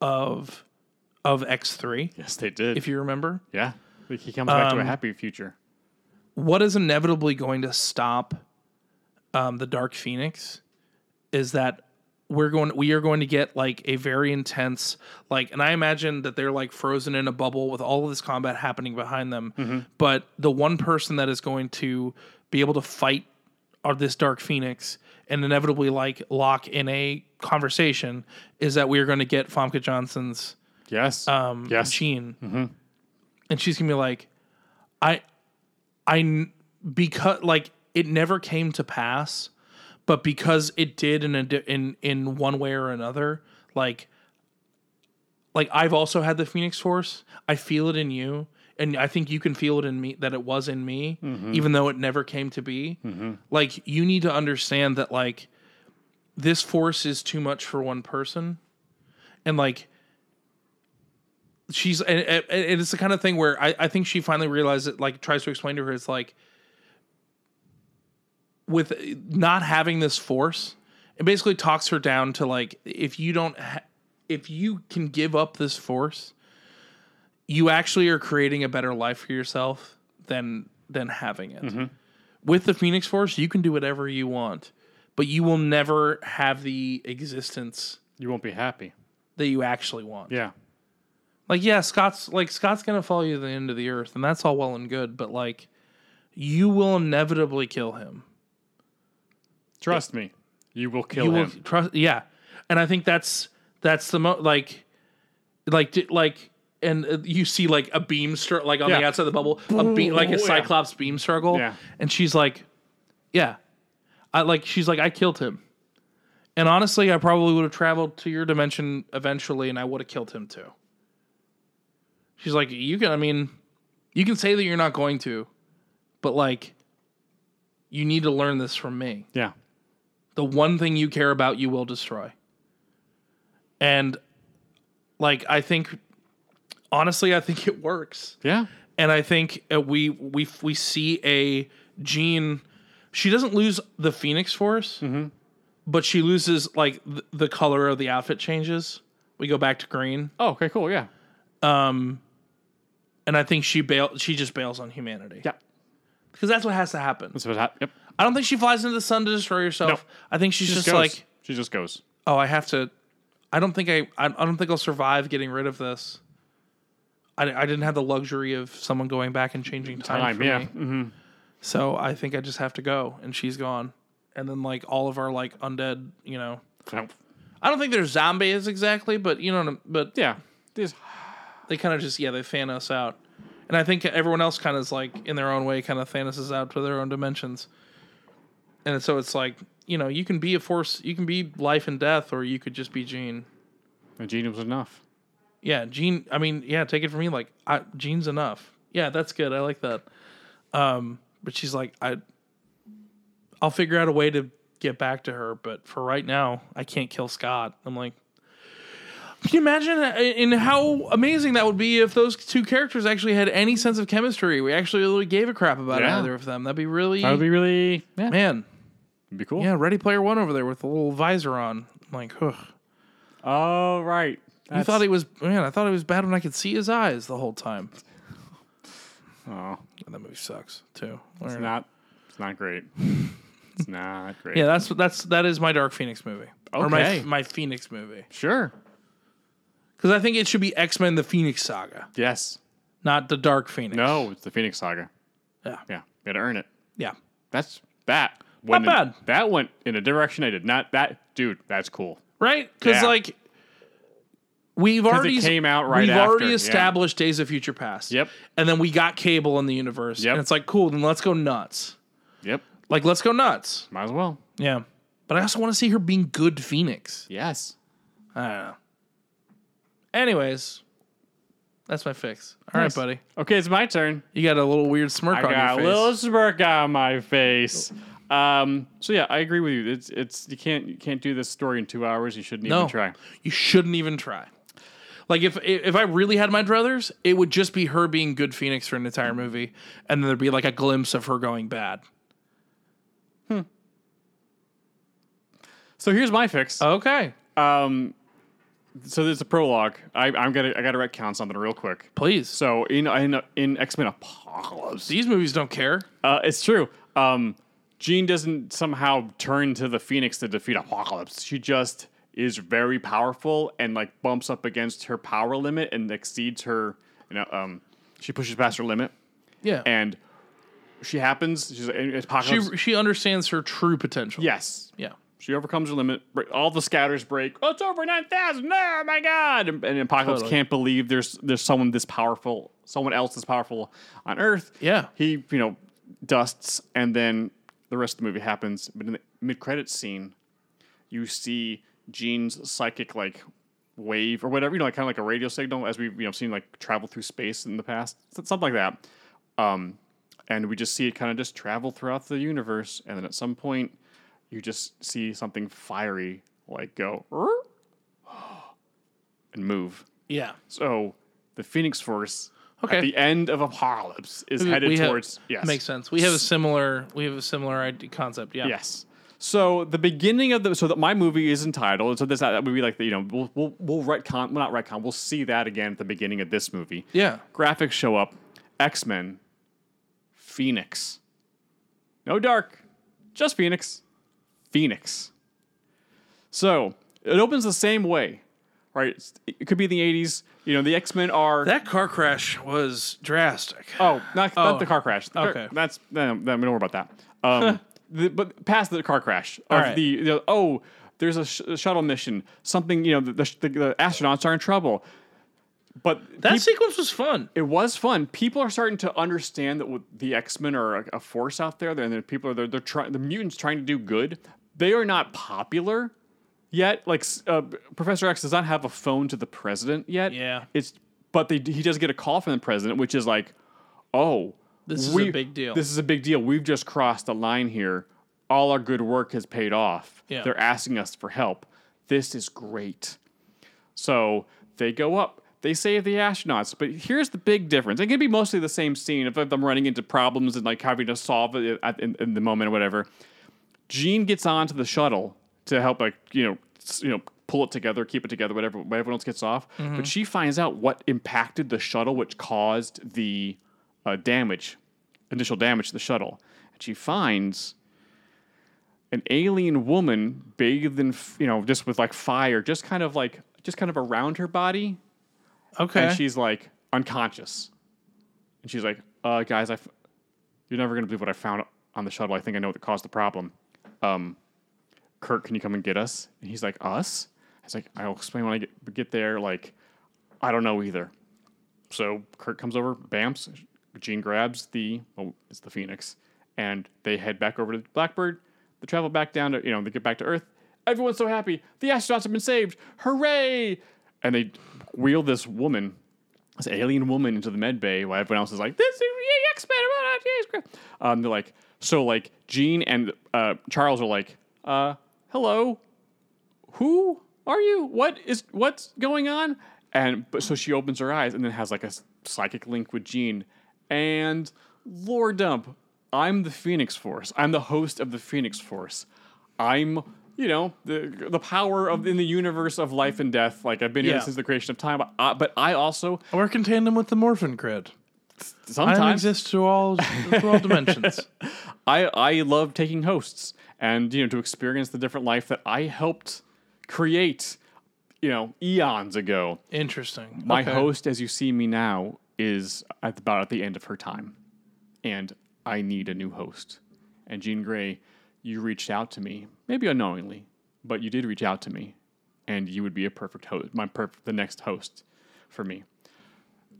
Speaker 3: of of X3
Speaker 5: yes, they did.
Speaker 3: if you um, remember.
Speaker 5: yeah. Like he comes back to a happy future.
Speaker 3: What is inevitably going to stop um, the Dark Phoenix is that we're going we are going to get like a very intense like and I imagine that they're like frozen in a bubble with all of this combat happening behind them. But the one person that is going to be able to fight are this Dark Phoenix and inevitably like lock in a conversation is that we are going to get Famke Johnson's
Speaker 5: Yes.
Speaker 3: um,
Speaker 5: yes.
Speaker 3: Sheen, and she's gonna be like, I, I n- because like it never came to pass, but because it did in a di- in in one way or another, like, like I've also had the Phoenix Force. I feel it in you. And I think you can feel it in me that it was in me, even though it never came to be. Like you need to understand that like this force is too much for one person, and like she's and, and- and it's the kind of thing where I, I think she finally realized it like tries to explain to her it's like with not having this force it basically talks her down to like if you don't ha- if you can give up this force you actually are creating a better life for yourself than than having it with the phoenix force you can do whatever you want but you will never have the existence
Speaker 5: You won't be happy.
Speaker 3: that you actually want
Speaker 5: Yeah.
Speaker 3: like yeah scott's like scott's gonna follow you to the end of the earth and that's all well and good but like you will inevitably kill him
Speaker 5: Trust me. You will kill
Speaker 3: you
Speaker 5: him.
Speaker 3: will trust yeah and i think that's that's the mo like like di- like and uh, you see like a beam str- like on the
Speaker 5: Yeah. Oh,
Speaker 3: outside of the bubble a beam like
Speaker 5: Yeah.
Speaker 3: a cyclops beam circle
Speaker 5: Yeah.
Speaker 3: and she's like yeah i like she's like i killed him and honestly i probably would have traveled to your dimension eventually and i would have killed him too she's like you can i mean you can say that you're not going to but like you need to learn this from me
Speaker 5: yeah.
Speaker 3: the one thing you care about you will destroy and like i think honestly i think it works
Speaker 5: Yeah.
Speaker 3: and i think uh, we we we see a jean she doesn't lose the phoenix force but she loses like th- the color of the outfit changes we go back to green
Speaker 5: Oh, okay, cool. Yeah.
Speaker 3: and i think she bail she just bails on humanity
Speaker 5: Yeah.
Speaker 3: because that's what has to happen
Speaker 5: That's what happened. Yep.
Speaker 3: i don't think she flies into the sun to destroy herself i think she's
Speaker 5: She
Speaker 3: just
Speaker 5: goes.
Speaker 3: like
Speaker 5: she just goes.
Speaker 3: oh i have to i don't think i i, I don't think i'll survive getting rid of this I, I didn't have the luxury of someone going back and changing time,
Speaker 5: Time,
Speaker 3: for
Speaker 5: yeah.
Speaker 3: me so i think i just have to go and she's gone and then like all of our like undead you know
Speaker 5: Mhm.
Speaker 3: i don't think they're zombies exactly but you know what I'm- but
Speaker 5: Yeah. This
Speaker 3: they kind of just yeah they fan us out and i think everyone else kind of is like in their own way kind of thanos is out to their own dimensions and so it's like you know you can be a force you can be life and death or you could just be gene
Speaker 5: the gene was enough.
Speaker 3: Yeah, Gene. I mean, yeah, take it from me. Like, I, Gene's enough. Yeah, that's good. I like that. Um, but she's like, I, I'll figure out a way to get back to her. But for right now, I can't kill Scott. I'm like, can you imagine? And how amazing that would be if those two characters actually had any sense of chemistry. We actually really gave a crap about
Speaker 5: Yeah.
Speaker 3: either of them. That'd be really
Speaker 5: That would be really yeah,
Speaker 3: man.
Speaker 5: it'd be cool.
Speaker 3: Mm. Yeah, Ready Player One over there with a little visor on. I'm like, ugh.
Speaker 5: All right.
Speaker 3: I thought he was man. I thought it was bad when I could see his eyes the whole time.
Speaker 5: Oh,
Speaker 3: And that movie sucks too.
Speaker 5: it's
Speaker 3: Alright.
Speaker 5: not. It's not great. It's not great.
Speaker 3: Yeah, that's that's that is my Dark Phoenix movie or
Speaker 5: Okay.
Speaker 3: my my Phoenix movie
Speaker 5: Sure.
Speaker 3: Because I think it should be X Men: The Phoenix Saga,
Speaker 6: Yes.
Speaker 3: not the Dark Phoenix.
Speaker 6: No, it's the Phoenix Saga.
Speaker 3: Yeah.
Speaker 6: Yeah. You gotta earn it.
Speaker 3: Yeah.
Speaker 6: That's that. went in-
Speaker 3: bad.
Speaker 6: that went in a direction I did not. That dude, that's cool.
Speaker 3: Right? Because
Speaker 6: Yeah.
Speaker 3: like we've already
Speaker 6: came out right
Speaker 3: We've
Speaker 6: after,
Speaker 3: already
Speaker 6: yeah.
Speaker 3: established Days of Future Past.
Speaker 6: Yep.
Speaker 3: And then we got Cable in the universe.
Speaker 6: Yep.
Speaker 3: And it's like cool. Then let's go nuts.
Speaker 6: Yep.
Speaker 3: Like let's go nuts.
Speaker 6: Might as well.
Speaker 3: Yeah. But I also want to see her being good Phoenix.
Speaker 6: Yes.
Speaker 3: I don't know. Anyways, that's my fix. All right,
Speaker 6: Nice.
Speaker 3: buddy.
Speaker 6: Okay, it's my turn.
Speaker 3: You got a little weird smirk
Speaker 6: I
Speaker 3: on
Speaker 6: got
Speaker 3: your
Speaker 6: a
Speaker 3: face.
Speaker 6: little smirk on my face. Um, so yeah, I agree with you. It's it's you can't you can't do this story in two hours. You shouldn't
Speaker 3: No.
Speaker 6: even try.
Speaker 3: You shouldn't even try. Like if if I really had my druthers, it would just be her being good Phoenix for an entire movie, and then there'd be like a glimpse of her going bad.
Speaker 6: So here's my fix.
Speaker 3: Okay,
Speaker 6: Um, so there's a prologue. I, I'm gonna I gotta retcon something real quick.
Speaker 3: please.
Speaker 6: So in in, in X Men Apocalypse,
Speaker 3: These movies don't care.
Speaker 6: uh, it's true. Um, Jean doesn't somehow turn to the Phoenix to defeat Apocalypse. She just is very powerful and like bumps up against her power limit and exceeds her. You know, um, she pushes past her limit.
Speaker 3: Yeah,
Speaker 6: and she happens. She's in
Speaker 3: she
Speaker 6: apocalypse.
Speaker 3: she understands her true potential.
Speaker 6: yes,
Speaker 3: yeah,
Speaker 6: she overcomes her limit. break- All the scatters break. Oh, it's over nine thousand. Oh my god! And, and apocalypse
Speaker 3: Totally.
Speaker 6: can't believe there's there's someone this powerful, someone else this powerful on Earth.
Speaker 3: Yeah.
Speaker 6: he you know dusts, and then the rest of the movie happens. But in the mid credits scene, you see Jean's psychic like wave or whatever, you know, like kind of like a radio signal as we've you know seen like travel through space in the past, S- something like that. Um, and we just see it kind of just travel throughout the universe, and then at some point, you just see something fiery like go "Er," and move.
Speaker 3: yeah.
Speaker 6: So the Phoenix Force
Speaker 3: Okay.
Speaker 6: at the end of Apocalypse is
Speaker 3: We-
Speaker 6: headed
Speaker 3: we have-
Speaker 6: towards yes,
Speaker 3: Makes sense. We have a similar we have a similar idea, concept. Yeah.
Speaker 6: Yes. So the beginning of the so that my movie is entitled so this that would be like the, you know we'll we'll, we'll retcon well, not retcon we'll see that again at the beginning of this movie.
Speaker 3: Yeah.
Speaker 6: Graphics show up, X Men, Phoenix, no dark, just Phoenix, Phoenix. So it opens the same way, right? It's- It could be in the eighties. You know the X Men are
Speaker 3: That car crash was drastic.
Speaker 6: Oh, not,
Speaker 3: Oh.
Speaker 6: not the car crash. The car-
Speaker 3: Okay.
Speaker 6: that's no, no, we don't worry about that. Um, the, but past the car crash. Of
Speaker 3: right.
Speaker 6: the, the oh, there's a, sh- a shuttle mission. Something you know the, the, sh- the, the astronauts are in trouble. But
Speaker 3: that
Speaker 6: peop-
Speaker 3: sequence was fun.
Speaker 6: it was fun. People are starting to understand that w- the X Men are a, a force out there, and the people are they're, they're trying the mutants trying to do good. They are not popular yet. Like s- uh, Professor X does not have a phone to the president yet.
Speaker 3: Yeah.
Speaker 6: it's but they he does get a call from the president, which is like, oh,
Speaker 3: This is a big deal.
Speaker 6: This is a big deal. We've just crossed the line here. All our good work has paid off.
Speaker 3: Yeah.
Speaker 6: They're asking us for help. This is great. So they go up. They save the astronauts, but here's the big difference. It can be mostly the same scene of them running into problems and like having to solve it at, in, in the moment or whatever. Gene gets onto the shuttle to help, like you know, s- you know, pull it together, keep it together, whatever. When everyone else gets off,
Speaker 3: Mm-hmm.
Speaker 6: but she finds out what impacted the shuttle, which caused the uh, damage, initial damage to the shuttle, and she finds an alien woman bathed in, f- you know, just with like fire, just kind of like, just kind of around her body,
Speaker 3: Okay.
Speaker 6: and she's like unconscious, and she's like, "Uh, guys, I, f- you're never gonna believe what I found on the shuttle. I think I know what caused the problem. Um, Kirk, can you come and get us?" And he's like, "Us?" I was like, "I'll explain when I get get there. Like, I don't know either." So Kirk comes over, bamps. Gene grabs the oh, it's the Phoenix, and they head back over to Blackbird. They travel back down to you know they get back to Earth. Everyone's so happy. The astronauts have been saved. Hooray! And they wheel this woman, this alien woman, into the med bay while everyone else is like, "This is the X Men." Um, they're like, so like Gene and uh, Charles are like, uh, "Hello, who are you? What is what's going on? And but so she opens her eyes and then has like a s- psychic link with Jean. And lore dump, I'm the Phoenix Force. I'm the host of the Phoenix Force. I'm you know the the power of in the universe of life and death. Like I've been
Speaker 3: Yeah.
Speaker 6: here since the creation of time. I, but I also
Speaker 3: We're in tandem with the Morphin Grid. Time
Speaker 6: sometimes
Speaker 3: exists through all through all dimensions.
Speaker 6: I I love taking hosts and you know to experience the different life that I helped create
Speaker 5: you know, eons ago.
Speaker 3: Interesting.
Speaker 5: My
Speaker 3: Okay.
Speaker 5: host, as you see me now, is at about at the end of her time, and I need a new host. And Jean Grey, you reached out to me, maybe unknowingly, but you did reach out to me, and you would be a perfect host, my perfect, the next host for me.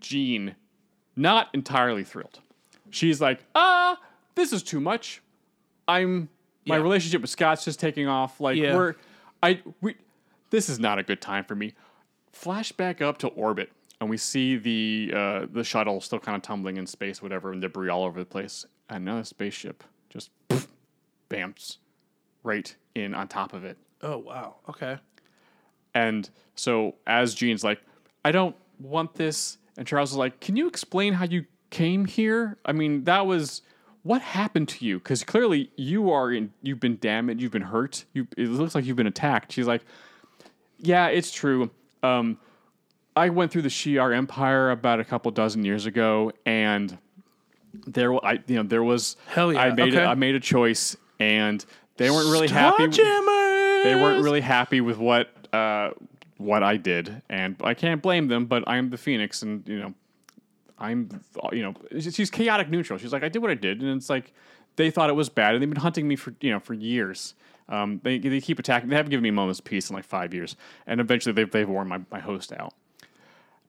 Speaker 5: Jean, not entirely thrilled. She's like, ah, this is too much. I'm my
Speaker 3: Yeah.
Speaker 5: relationship with Scott's just taking off. Like
Speaker 3: Yeah.
Speaker 5: we're, I we, this is not a good time for me flash back up to orbit and we see the uh, the shuttle still kind of tumbling in space whatever and debris all over the place another spaceship just poof, bamps right in on top of it
Speaker 3: Oh wow. Okay.
Speaker 5: and so as Jean's like, I don't want this, and Charles is like, Can you explain how you came here? I mean, that was what happened to you? Because clearly you are in, you've been damaged, you've been hurt. You, it looks like you've been attacked. She's like, Yeah, it's true. Um, I went through the Shi'ar Empire about a couple dozen years ago, and there, wa- I, you know, there was
Speaker 3: Hell yeah,
Speaker 5: I made
Speaker 3: okay.
Speaker 5: a, I made a choice, and they weren't really happy
Speaker 3: Starjammers!
Speaker 5: they weren't really happy with what uh, what I did, and I can't blame them. But I'm the phoenix, and you know, I'm you know, she's chaotic neutral. She's like, I did what I did, and it's like they thought it was bad, and they've been hunting me for you know for years. Um, they they keep attacking. They haven't given me a moment's peace in like five years, and eventually they've they've worn my, my host out.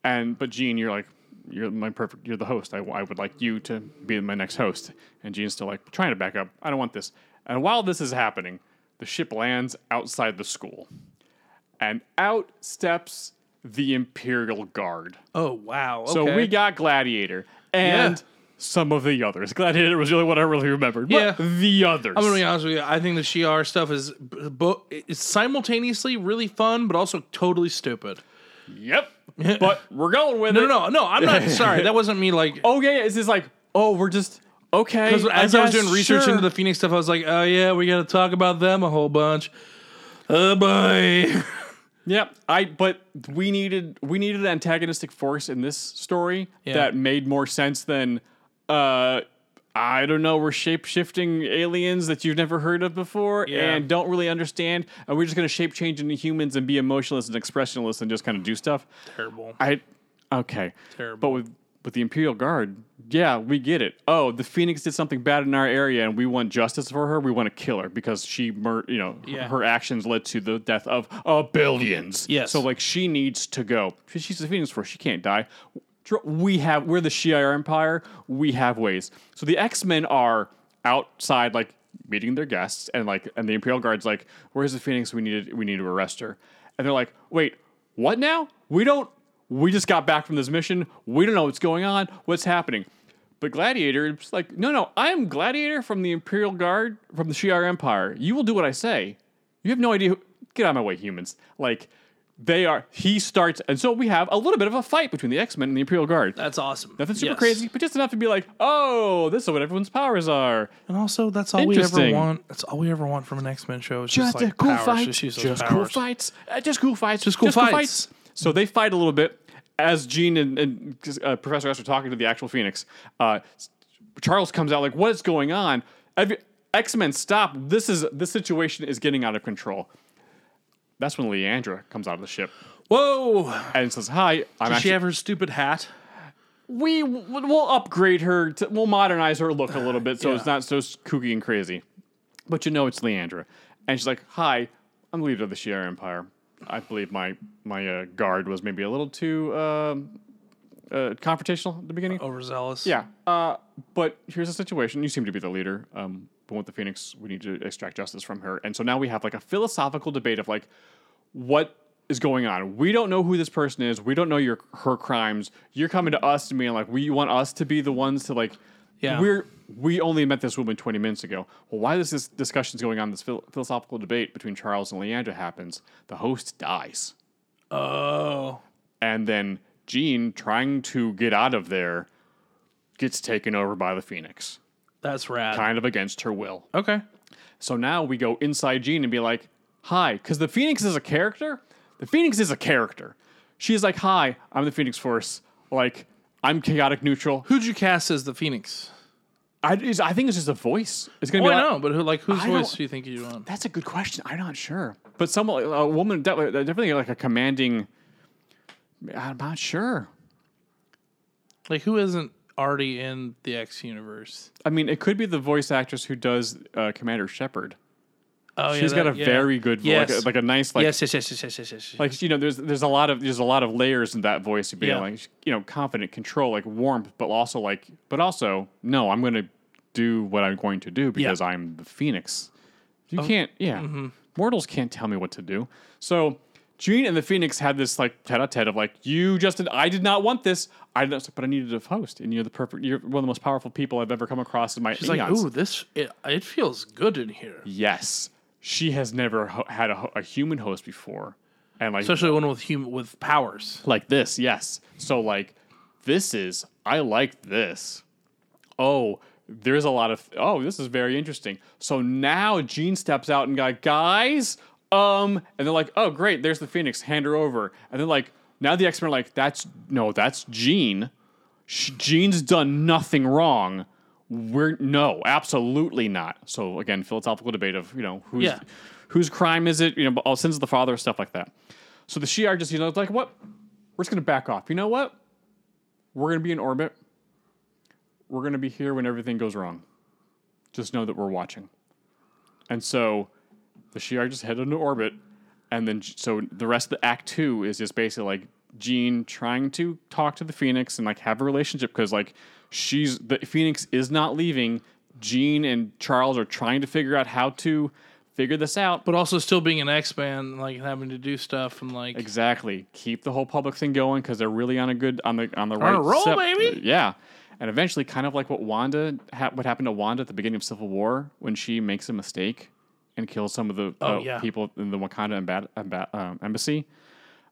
Speaker 5: And but Gene, you're like. You're my perfect. You're the host. I, I would like you to be my next host. And Gene's still like trying to back up. I don't want this. And while this is happening, the ship lands outside the school, and out steps the Imperial Guard.
Speaker 3: Oh wow. Okay.
Speaker 5: So we got Gladiator and
Speaker 3: Yeah.
Speaker 5: some of the others. Gladiator was really what I really remembered.
Speaker 3: Yeah.
Speaker 5: But the others.
Speaker 3: I'm gonna be honest with you. I think the Shi'ar stuff is b- bo- is simultaneously really fun, but also totally stupid.
Speaker 5: yep. but we're going with
Speaker 3: No,
Speaker 5: it.
Speaker 3: no, no. I'm not sorry. That wasn't me. Like,
Speaker 5: Oh yeah, yeah. It's just like, oh, we're just okay.
Speaker 3: as, as I was
Speaker 5: guess,
Speaker 3: doing research
Speaker 5: sure.
Speaker 3: into the Phoenix stuff, I was like, oh yeah, we gotta talk about them a whole bunch. Oh boy.
Speaker 5: Yep. I but we needed we needed an antagonistic force in this story that made more sense than uh I don't know, we're shape shifting aliens that you've never heard of before
Speaker 3: Yeah.
Speaker 5: and don't really understand, and we're just gonna shape change into humans and be emotionless and expressionless and just kind of do stuff.
Speaker 3: Terrible.
Speaker 5: I okay.
Speaker 3: Terrible.
Speaker 5: But with with the Imperial Guard, yeah, we get it. Oh, the Phoenix did something bad in our area, and we want justice for her. We want to kill her because she, mur- you know, her-
Speaker 3: Yeah.
Speaker 5: her actions led to the death of a billions.
Speaker 3: Yes.
Speaker 5: So like, she needs to go. She- She's the Phoenix Force. She can't die. Dr- We have we're the Shi'ar Empire. We have ways. So the X Men are outside, like meeting their guests, and like, and the Imperial Guard's like, "Where's the Phoenix? We needed. We need to arrest her." And they're like, "Wait, what now? We don't we just got back from this mission. We don't know what's going on. What's happening? But Gladiator is like, no, no, I am Gladiator from the Imperial Guard from the Shi'ar Empire. You will do what I say. You have no idea. Who- Get out of my way, humans. Like, they are. He starts, and so we have a little bit of a fight between the X Men and the Imperial Guard.
Speaker 3: That's awesome.
Speaker 5: Nothing super
Speaker 3: Uh, Yes.
Speaker 5: crazy, but just enough to be like, oh, this is what everyone's powers are.
Speaker 3: And also, that's all we ever
Speaker 5: Interesting.
Speaker 3: want. That's all we ever want from an X Men show. Is just,
Speaker 5: just
Speaker 3: like
Speaker 5: a cool
Speaker 3: powers.
Speaker 5: fight.
Speaker 3: Just,
Speaker 5: Just,
Speaker 3: use those
Speaker 5: cool
Speaker 3: powers.
Speaker 5: fights. Uh, just cool fights. Just
Speaker 3: cool fights.
Speaker 5: fights. So they fight a little bit. As Gene and, and uh, Professor S are talking to the actual Phoenix, uh, Charles comes out like, "What is going on? X Men, stop! This is this situation is getting out of control." That's when Leandra comes out of the ship
Speaker 3: Whoa!
Speaker 5: and says, "Hi, I'm
Speaker 3: Does she
Speaker 5: actually
Speaker 3: have her stupid hat?
Speaker 5: we w- we'll upgrade her, to, we'll modernize her look a little bit so it's not so s- kooky and crazy. But you know it's Leandra, and she's like, "Hi, I'm the leader of the Shi'ar Empire. I believe my my uh, guard was maybe a little too um, uh, confrontational at the beginning.
Speaker 3: Overzealous.
Speaker 5: Yeah, uh, but here's the situation. You seem to be the leader. Um, but with the Phoenix, we need to extract justice from her, and so now we have like a philosophical debate of like, what is going on? We don't know who this person is. We don't know your her crimes. You're coming to us to me and like, we you want us to be the ones to like,
Speaker 3: Yeah.
Speaker 5: We're we only met this woman 20 minutes ago. Well, why is this discussion's going on? This phil- philosophical debate between Charles and Leandra happens. The host dies
Speaker 3: Oh.
Speaker 5: and then Jean trying to get out of there gets taken over by the Phoenix,
Speaker 3: That's rad.
Speaker 5: kind of against her will.
Speaker 3: Okay.
Speaker 5: So now we go inside Jean and be like, "Hi," because the Phoenix is a character. The Phoenix is a character. She's like, "Hi, I'm the Phoenix Force. Like, I'm chaotic neutral.
Speaker 3: Who'd you cast as the Phoenix?
Speaker 5: I, it's- I think it's just a voice. It's gonna
Speaker 3: Oh,
Speaker 5: be
Speaker 3: I
Speaker 5: like,
Speaker 3: know, but who like whose
Speaker 5: I
Speaker 3: voice
Speaker 5: don't-
Speaker 3: do you think you want?
Speaker 5: That's a good question. I'm not sure. But someone, uh, a woman, de- definitely like a commanding. I'm not sure.
Speaker 3: Like, who isn't already in the X universe?
Speaker 5: I mean, it could be the voice actress who does uh, Commander Shepard.
Speaker 3: Oh,
Speaker 5: She's got a very good voice,
Speaker 3: Yes.
Speaker 5: like, a, like a nice, like
Speaker 3: yes, yes, yes, yes, yes, yes, yes. yes.
Speaker 5: like you know there's there's a lot of there's a lot of layers in that voice being
Speaker 3: Yeah.
Speaker 5: like you know confident control like warmth but also like but also no i'm going to do what i'm going to do because i'm the phoenix
Speaker 3: Oh,
Speaker 5: you can't yeah
Speaker 3: mm-hmm.
Speaker 5: mortals can't tell me what to do so gene and the phoenix had this like tete-a-tete of like you justin i did not want this i did not but i needed a host and you're the perfect you're one of the most powerful people i've ever come across in my
Speaker 3: She's like,
Speaker 5: eons."
Speaker 3: ooh, this it, it feels good in here,
Speaker 5: yes she has never ho- had a, ho- a human host before and like
Speaker 3: especially one with human with powers.
Speaker 5: like this yes so like this is i like this oh there's a lot of oh this is very interesting so now gene steps out and guy guys um and they're like oh great there's the phoenix hand her over and then like now the x-men are like that's no that's gene Sh- gene's done nothing wrong we're no absolutely not so again philosophical debate of you know who's
Speaker 3: Yeah.
Speaker 5: whose crime is it you know all sins of the father stuff like that so the Shi'ar just, you know, it's like, what? We're just going to back off. You know what? We're going to be in orbit. We're going to be here when everything goes wrong. Just know that we're watching. And so the Shi'ar just head into orbit. And then, so the rest of the Act Two is just basically like Jean trying to talk to the Phoenix and like have a relationship because, like, she's the Phoenix is not leaving. Jean and Charles are trying to figure out how to figure this out.
Speaker 3: But also still being an X Man, like having to do stuff and like
Speaker 5: Exactly. Keep the whole public thing going because they're really on a good on the on the
Speaker 3: a
Speaker 5: right
Speaker 3: roll,
Speaker 5: step.
Speaker 3: baby.
Speaker 5: Yeah, and eventually, kind of like what Wanda ha- what happened to Wanda at the beginning of Civil War when she makes a mistake and kills some of the uh,
Speaker 3: yeah.
Speaker 5: people in the Wakanda emba- emba- um, embassy.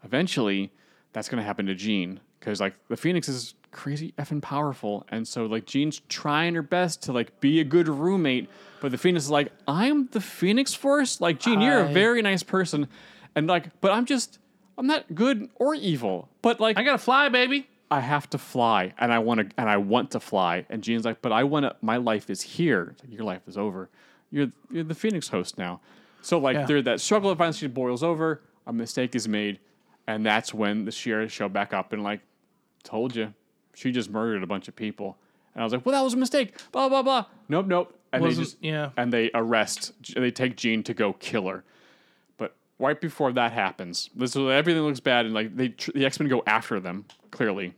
Speaker 5: Eventually, that's going to happen to Jean because like the Phoenix is crazy effing powerful, and so like Jean's trying her best to like be a good roommate, but the Phoenix is like, I'm the Phoenix Force. Like Jean, you're a very nice person, and like, but I'm just. I'm not good or evil, but like
Speaker 3: I gotta fly, baby.
Speaker 5: I have to fly and I want to and I want to fly. And Gene's like, but I want to. My life is here. It's like, Your life is over. You're you're the Phoenix host now. So like there that struggle eventually boils over. A mistake is made, and that's when the Shi'ar show back up and like, told you, she just murdered a bunch of people. And I was like, well, that was a mistake. Blah blah blah. Nope, nope. And they
Speaker 3: Wasn't-
Speaker 5: just
Speaker 3: yeah.
Speaker 5: and they arrest. They take Gene to go kill her. But right before that happens, this is everything looks bad, and like they tr- the X Men go after them clearly.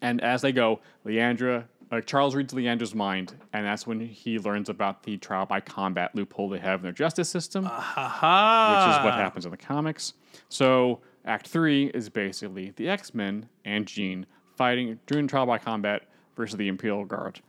Speaker 5: And as they go, Leandra, uh, Charles reads Leandra's mind, and that's when he learns about the trial by combat loophole they have in their justice system,
Speaker 3: Ah,
Speaker 5: which is what happens in the comics. So Act Three is basically the X Men and Jean fighting during trial by combat versus the Imperial Guard.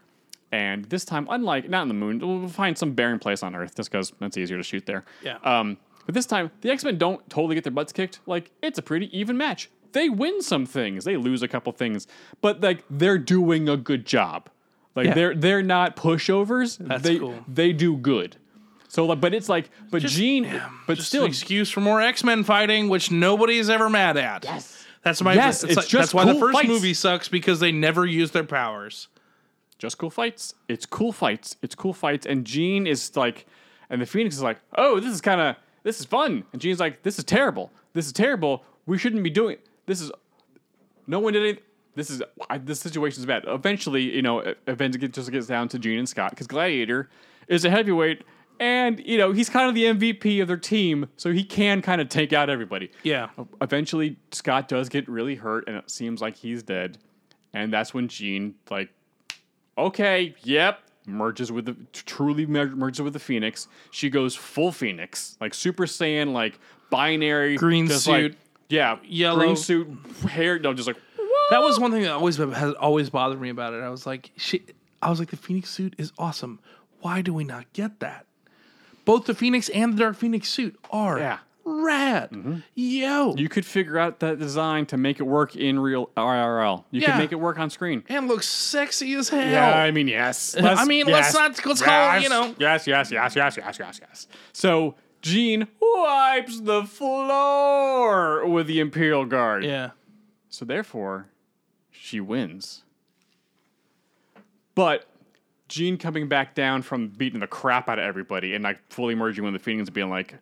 Speaker 5: And this time, unlike not on the moon, we'll find some barren place on Earth just because that's easier to shoot there.
Speaker 3: Yeah.
Speaker 5: Um, but this time, the X Men don't totally get their butts kicked. Like, it's a pretty even match. They win some things, they lose a couple things, but like they're doing a good job. Like they're they're not pushovers. That's they
Speaker 3: cool.
Speaker 5: they do good. So like, but it's like, but Jean, but
Speaker 3: just
Speaker 5: still,
Speaker 3: an excuse for more X Men fighting, which nobody's ever mad at. Yes. That's my
Speaker 5: Yes,
Speaker 3: that's
Speaker 5: it's
Speaker 3: like- that's
Speaker 5: just
Speaker 3: why
Speaker 5: cool
Speaker 3: the first
Speaker 5: fights.
Speaker 3: movie sucks because they never use their powers.
Speaker 5: just cool fights. It's cool fights. It's cool fights. And Jean is like, and the Phoenix is like, oh, this is kind of this is fun. And Jean's like, this is terrible. This is terrible. We shouldn't be doing. This is no one did anything. This is I, this situation's bad. Eventually, you know, e- events get, just gets down to Gene and Scott because Gladiator is a heavyweight, and you know he's kind of the MVP of their team, so he can kind of take out everybody.
Speaker 3: Yeah.
Speaker 5: Eventually, Scott does get really hurt, and it seems like he's dead. And that's when Gene, like, okay, yep, merges with the truly mer- merges with the Phoenix. She goes full Phoenix, like Super Saiyan, like binary
Speaker 3: Green
Speaker 5: just like-
Speaker 3: suit,
Speaker 5: yeah,
Speaker 3: yellow.
Speaker 5: green suit, hair. No, just like
Speaker 3: That was one thing that always has always bothered me about it. I was like, she, I was like, the Phoenix suit is awesome. Why do we not get that? Both the Phoenix and the Dark Phoenix suit are
Speaker 5: Yeah.
Speaker 3: rad. Yo,
Speaker 5: You could figure out that design to make it work in real IRL. You could
Speaker 3: Yeah.
Speaker 5: make it work on screen.
Speaker 3: and looks sexy as hell.
Speaker 5: mean, yes.
Speaker 3: I mean, let's not- let's call it, you know.
Speaker 5: Yes, yes, yes, yes, yes, yes, yes. So Gene wipes the floor with the Imperial Guard.
Speaker 3: yeah.
Speaker 5: So therefore, she wins. But Jean coming back down from beating the crap out of everybody and like fully merging with the Phoenix and being like,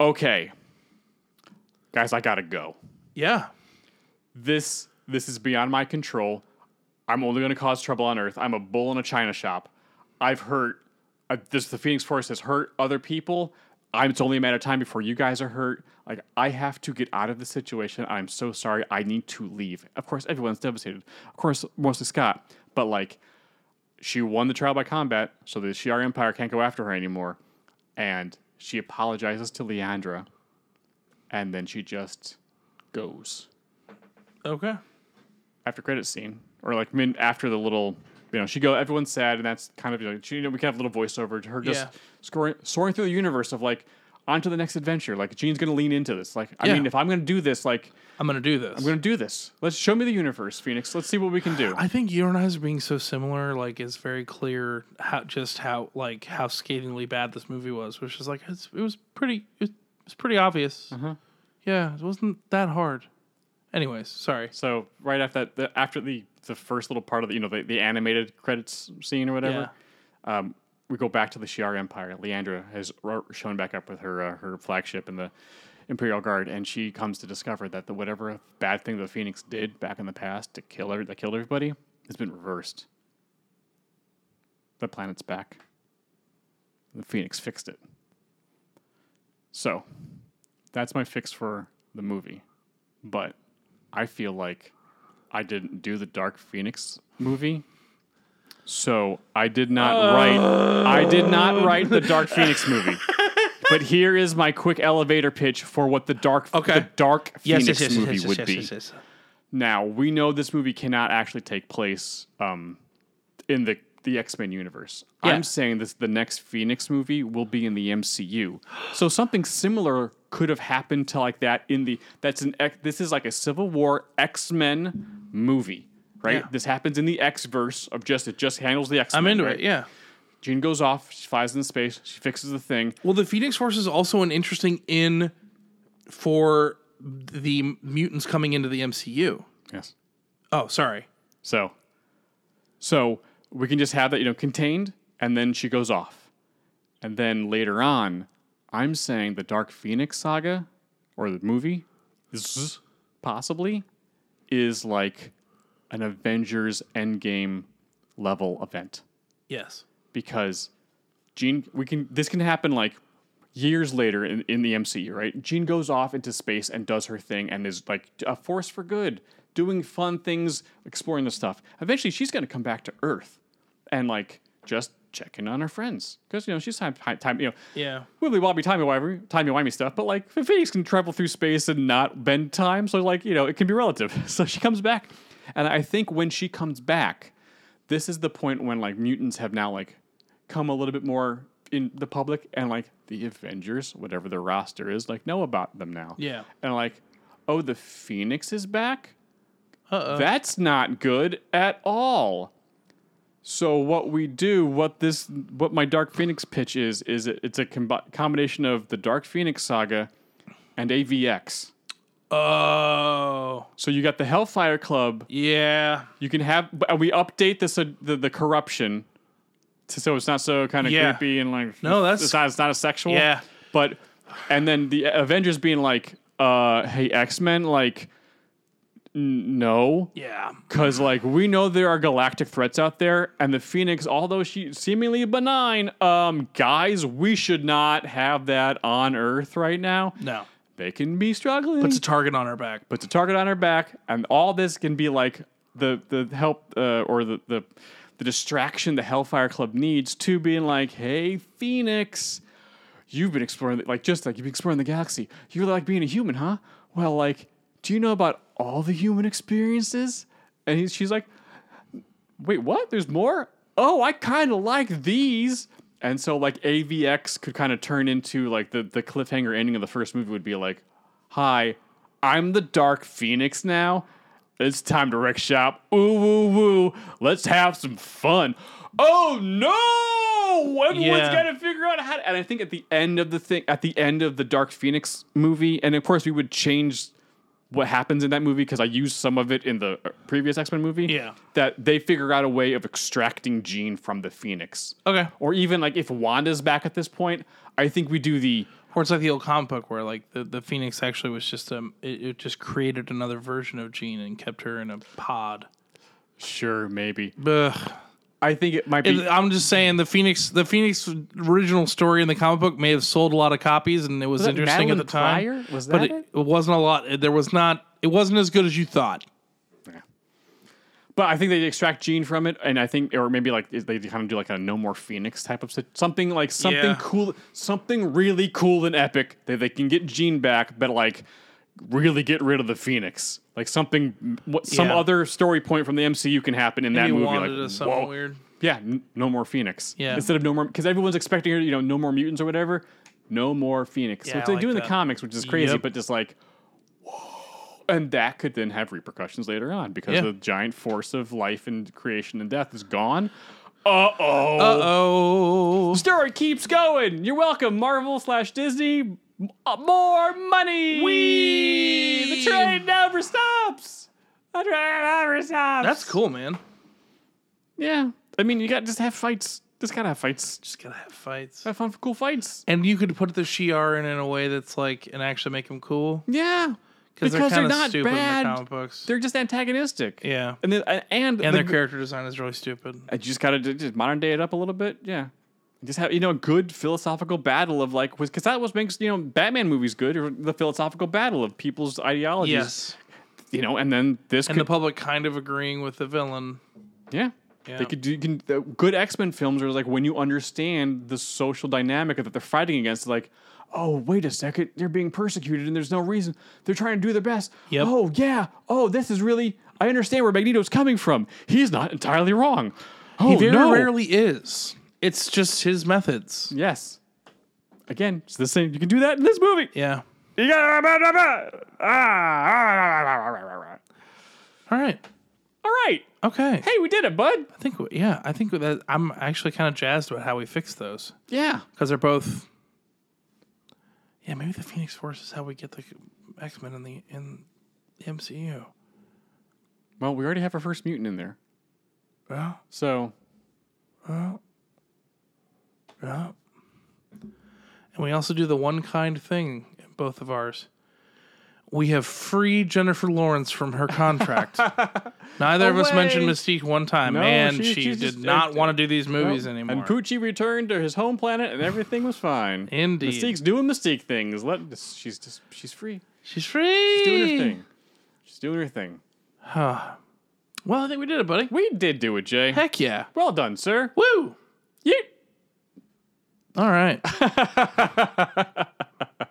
Speaker 5: Okay. Guys, I gotta go.
Speaker 3: Yeah.
Speaker 5: This this is beyond my control. I'm only gonna cause trouble on Earth. I'm a bull in a china shop. I've hurt. I, this the Phoenix Force has hurt other people. I'm, it's only a matter of time before you guys are hurt. Like I have to get out of the situation. I'm so sorry. I need to leave. Of course, everyone's devastated. Of course, mostly Scott. But like, she won the trial by combat, so the Shi'ar Empire can't go after her anymore. And she apologizes to Leandra, and then she just goes
Speaker 3: Okay.
Speaker 5: after credit scene or like min after the little you know she go everyone's sad and that's kind of you know, she, you know we can have a little voiceover to her just
Speaker 3: Yeah.
Speaker 5: scoring soaring through the universe of like onto the next adventure like Gene's gonna lean into this like I
Speaker 3: Yeah.
Speaker 5: mean if I'm gonna do this like
Speaker 3: I'm gonna do this.
Speaker 5: I'm gonna do this let's show me the universe Phoenix let's see what we can do
Speaker 3: I think you and I's being so similar, like it's very clear how just how like how scathingly bad this movie was, which is like it's, it was pretty it was pretty obvious. Yeah, it wasn't that hard. Anyways, sorry.
Speaker 5: so right after that the, after the the first little part of the you know the, the animated credits scene or whatever we go back to the Shi'ar Empire. Leandra has ro- shown back up with her uh, her flagship in the Imperial Guard, and she comes to discover that the whatever bad thing the Phoenix did back in the past to kill her that killed everybody has been reversed. The planet's back. The Phoenix fixed it. So, that's my fix for the movie, but I feel like I didn't do the Dark Phoenix movie. So I did not write. I did not write the Dark Phoenix movie. But here is my quick elevator pitch for what the Dark
Speaker 3: Okay.
Speaker 5: the Dark Phoenix movie would be. Now we know this movie cannot actually take place um, in the the X Men universe.
Speaker 3: Yeah.
Speaker 5: I'm saying this the next Phoenix movie will be in the MCU. So something similar could have happened to like that in the that's an X- this is like a Civil War X Men movie, right?
Speaker 3: Yeah.
Speaker 5: This happens in the X verse of just it just handles the X.
Speaker 3: I'm into it. Yeah.
Speaker 5: Jean goes off. She flies into space. She fixes the thing.
Speaker 3: Well, the Phoenix Force is also an interesting in for the mutants coming into the MCU.
Speaker 5: Yes.
Speaker 3: Oh, sorry.
Speaker 5: So, so we can just have that, you know, contained, and then she goes off, and then later on, I'm saying the Dark Phoenix saga or the movie, zzz, possibly, is like an Avengers Endgame level event
Speaker 3: Yes.
Speaker 5: because Jean, we can this can happen like years later in, in the MCU, right? Jean goes off into space and does her thing and is like a force for good, doing fun things, exploring the stuff. Eventually, she's gonna come back to Earth and like just checking on her friends because you know she's time time, time you know
Speaker 3: Yeah.
Speaker 5: wibbly wobbly timey wimey timey wimey stuff, but like the Phoenix can travel through space and not bend time, so like you know it can be relative. So she comes back, and I think when she comes back, this is the point when like mutants have now like come a little bit more in the public, and like the Avengers, whatever their roster is, like know about them now.
Speaker 3: Yeah.
Speaker 5: and like oh, the Phoenix is back. Uh-oh. That's not good at all. So what we do, what this, what my Dark Phoenix pitch is, is it, it's a combi- combination of the Dark Phoenix saga and AVX.
Speaker 3: Oh,
Speaker 5: So you got the Hellfire Club.
Speaker 3: yeah.
Speaker 5: You can have, but we update this uh, the the corruption, to, so it's not so kind of
Speaker 3: Yeah.
Speaker 5: creepy and like
Speaker 3: No, that's-
Speaker 5: it's not, it's not a sexual.
Speaker 3: Yeah.
Speaker 5: but and then the Avengers being like, uh, hey X Men, like, n- no,
Speaker 3: Yeah.
Speaker 5: Because, like, we know there are galactic threats out there, and the Phoenix, although she seemingly benign, um, guys, we should not have that on Earth right now.
Speaker 3: No.
Speaker 5: They can be struggling.
Speaker 3: Puts a target on our back.
Speaker 5: Puts a target on her back, and all this can be like the the help uh, or the, the the distraction the Hellfire Club needs to being like, hey, Phoenix, you've been exploring, the, like, just like you've been exploring the galaxy. You really like being a human, huh? Well, like, do you know about all the human experiences? And he's, she's like, wait, what? There's more? Oh, I kind of like these. And so, like, AVX could kind of turn into like the, the cliffhanger ending of the first movie would be like, hi, I'm the Dark Phoenix now. It's time to wreck shop. Ooh, woo, woo. Let's have some fun. Oh, no! Everyone's
Speaker 3: Yeah.
Speaker 5: got to figure out how to. And I think at the end of the thing, at the end of the Dark Phoenix movie, and of course, we would change what happens in that movie because I used some of it in the uh, previous X Men movie.
Speaker 3: Yeah.
Speaker 5: that they figure out a way of extracting Jean from the Phoenix.
Speaker 3: Okay.
Speaker 5: or even like if Wanda's back at this point, I think we do the
Speaker 3: Or it's like the old comic book where like the, the Phoenix actually was just um it, it just created another version of Jean and kept her in a pod.
Speaker 5: sure maybe.
Speaker 3: Ugh.
Speaker 5: I think it might be.
Speaker 3: It- I'm just saying the Phoenix the Phoenix original story in the comic book may have sold a lot of copies and it was,
Speaker 5: that
Speaker 3: interesting
Speaker 5: Madeline
Speaker 3: at the time.
Speaker 5: Pryor? Was
Speaker 3: but
Speaker 5: that
Speaker 3: it,
Speaker 5: it?
Speaker 3: it wasn't a lot. It- There was not. It wasn't as good as you thought.
Speaker 5: But I think they extract Jean from it, and I think, or maybe like is- they kind of do like a no more Phoenix type of sit- something like something
Speaker 3: Yeah.
Speaker 5: cool, something really cool and epic that they can get Jean back, but like really get rid of the Phoenix, like something, what some
Speaker 3: Yeah.
Speaker 5: other story point from the MCU can happen in that
Speaker 3: Maybe
Speaker 5: movie,
Speaker 3: wanted
Speaker 5: like
Speaker 3: us something
Speaker 5: whoa,
Speaker 3: weird.
Speaker 5: yeah, n- no more Phoenix,
Speaker 3: Yeah.
Speaker 5: instead of no more because everyone's expecting her, you know, no more mutants or whatever, no more Phoenix,
Speaker 3: Yeah,
Speaker 5: which
Speaker 3: I
Speaker 5: they
Speaker 3: like
Speaker 5: do in
Speaker 3: that.
Speaker 5: the comics, which is crazy,
Speaker 3: Yep.
Speaker 5: but just like and that could then have repercussions later on because
Speaker 3: Yeah.
Speaker 5: the giant force of life and creation and death is gone. Uh oh.
Speaker 3: Uh oh.
Speaker 5: Story keeps going. You're welcome, Marvel slash Disney. M- uh, More money. We. The train never stops. The train never stops.
Speaker 3: That's cool, man.
Speaker 5: Yeah. I mean, you got to just have fights. Just gotta have fights. Just
Speaker 3: Just gotta have fights.
Speaker 5: have fun for cool fights.
Speaker 3: And you could put the Shi'ar in in a way that's like and actually make them cool
Speaker 5: Yeah.
Speaker 3: because they're
Speaker 5: they're
Speaker 3: kind of
Speaker 5: not
Speaker 3: stupid in the
Speaker 5: bad.
Speaker 3: comic books.
Speaker 5: They're just antagonistic.
Speaker 3: yeah,
Speaker 5: And then, and, and
Speaker 3: and
Speaker 5: the-
Speaker 3: their character design is really stupid.
Speaker 5: I just gotta d- just modern day it up a little bit. Yeah, just have you know a good philosophical battle of like was because that was makes you know Batman movies good or the philosophical battle of people's ideologies.
Speaker 3: Yes,
Speaker 5: you know, and then this
Speaker 3: and the
Speaker 5: could
Speaker 3: public kind of agreeing with the villain.
Speaker 5: yeah.
Speaker 3: Yeah.
Speaker 5: They could do you can, the good X Men films are like when you understand the social dynamic that they're fighting against, like, oh, wait a second, they're being persecuted and there's no reason. They're trying to do their best.
Speaker 3: Yep.
Speaker 5: Oh, yeah. Oh, this is really, I understand where Magneto's coming from. He's not entirely wrong. Oh,
Speaker 3: He very
Speaker 5: no.
Speaker 3: rarely is. It's just his methods.
Speaker 5: Yes. Again, it's the same. You can do that in this movie.
Speaker 3: Yeah.
Speaker 5: You got- Ah.
Speaker 3: All right.
Speaker 5: All right.
Speaker 3: Okay.
Speaker 5: Hey, we did it, bud.
Speaker 3: I think yeah, I think that I'm actually kind of jazzed about how we fixed those
Speaker 5: Yeah.
Speaker 3: because they're both. Yeah, maybe the Phoenix Force is how we get the X Men in the in the MCU.
Speaker 5: Well, we already have our first mutant in there.
Speaker 3: Well,
Speaker 5: So,
Speaker 3: yeah. And we also do the one kind thing in both of ours. We have freed Jennifer Lawrence from her contract. Neither of us mentioned
Speaker 5: Away.
Speaker 3: Mystique one time,
Speaker 5: No,
Speaker 3: and
Speaker 5: she-
Speaker 3: she,
Speaker 5: she's
Speaker 3: did
Speaker 5: just-
Speaker 3: not want to do these movies anymore.
Speaker 5: Oh, and Poochie returned to his home planet and everything was fine.
Speaker 3: Indeed.
Speaker 5: Mystique's doing Mystique things. Let she's just she's free.
Speaker 3: She's free.
Speaker 5: She's doing her thing. She's doing her thing.
Speaker 3: Well, I think we did it, buddy.
Speaker 5: We did do it, Jay.
Speaker 3: Heck yeah.
Speaker 5: Well done, sir.
Speaker 3: Woo!
Speaker 5: Yeet.
Speaker 3: All right.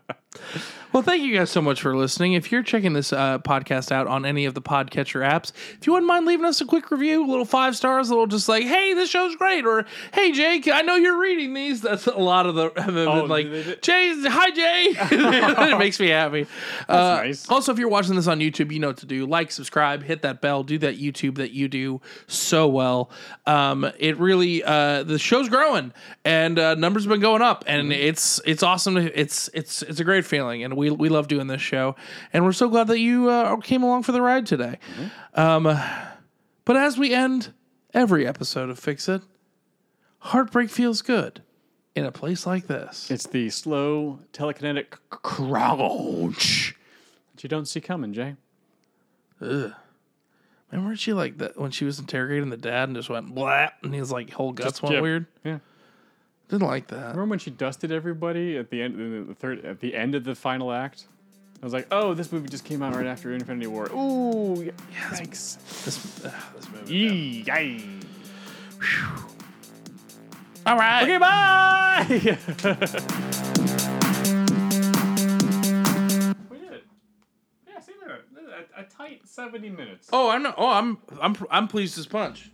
Speaker 3: well, thank you guys so much for listening. If you're checking this uh, podcast out on any of the Podcatcher apps, if you wouldn't mind leaving us a quick review, a little five stars, a little just like, hey, this show's great, or hey, Jake, I know you're reading these. That's a lot of the have been like,
Speaker 5: Oh, they did-
Speaker 3: Jay, hi, Jay. it makes me happy. Uh,
Speaker 5: nice.
Speaker 3: Also, if you're watching this on YouTube, you know what to do. Like, subscribe, hit that bell, do that YouTube that you do so well. Um, it really uh, the show's growing and uh, numbers have been going up, and
Speaker 5: Mm-hmm.
Speaker 3: it's it's awesome. to- It's it's it's a great feeling, and we we love doing this show, and we're so glad that you uh, came along for the ride today. Um,
Speaker 5: Mm-hmm.
Speaker 3: but as we end every episode of Fix It, heartbreak feels good in a place like this.
Speaker 5: It's the slow telekinetic c- crouch that you don't see coming, Jay.
Speaker 3: Remember when she like that when she was interrogating the dad and just went blah and his like whole guts went
Speaker 5: yeah.
Speaker 3: weird.
Speaker 5: Yeah.
Speaker 3: Didn't like that.
Speaker 5: Remember when she dusted everybody at the end, in the third, at the end of the final act? I was like, "Oh, this movie just came out right after Infinity War." Ooh, y- yikes!
Speaker 3: This, ugh, this movie.
Speaker 5: Yee, yay.
Speaker 3: All right.
Speaker 5: Okay, bye. we did it. Yeah, see, we did it. A, a tight seventy minutes.
Speaker 3: Oh, I'm not, oh I'm I'm I'm pleased as punch.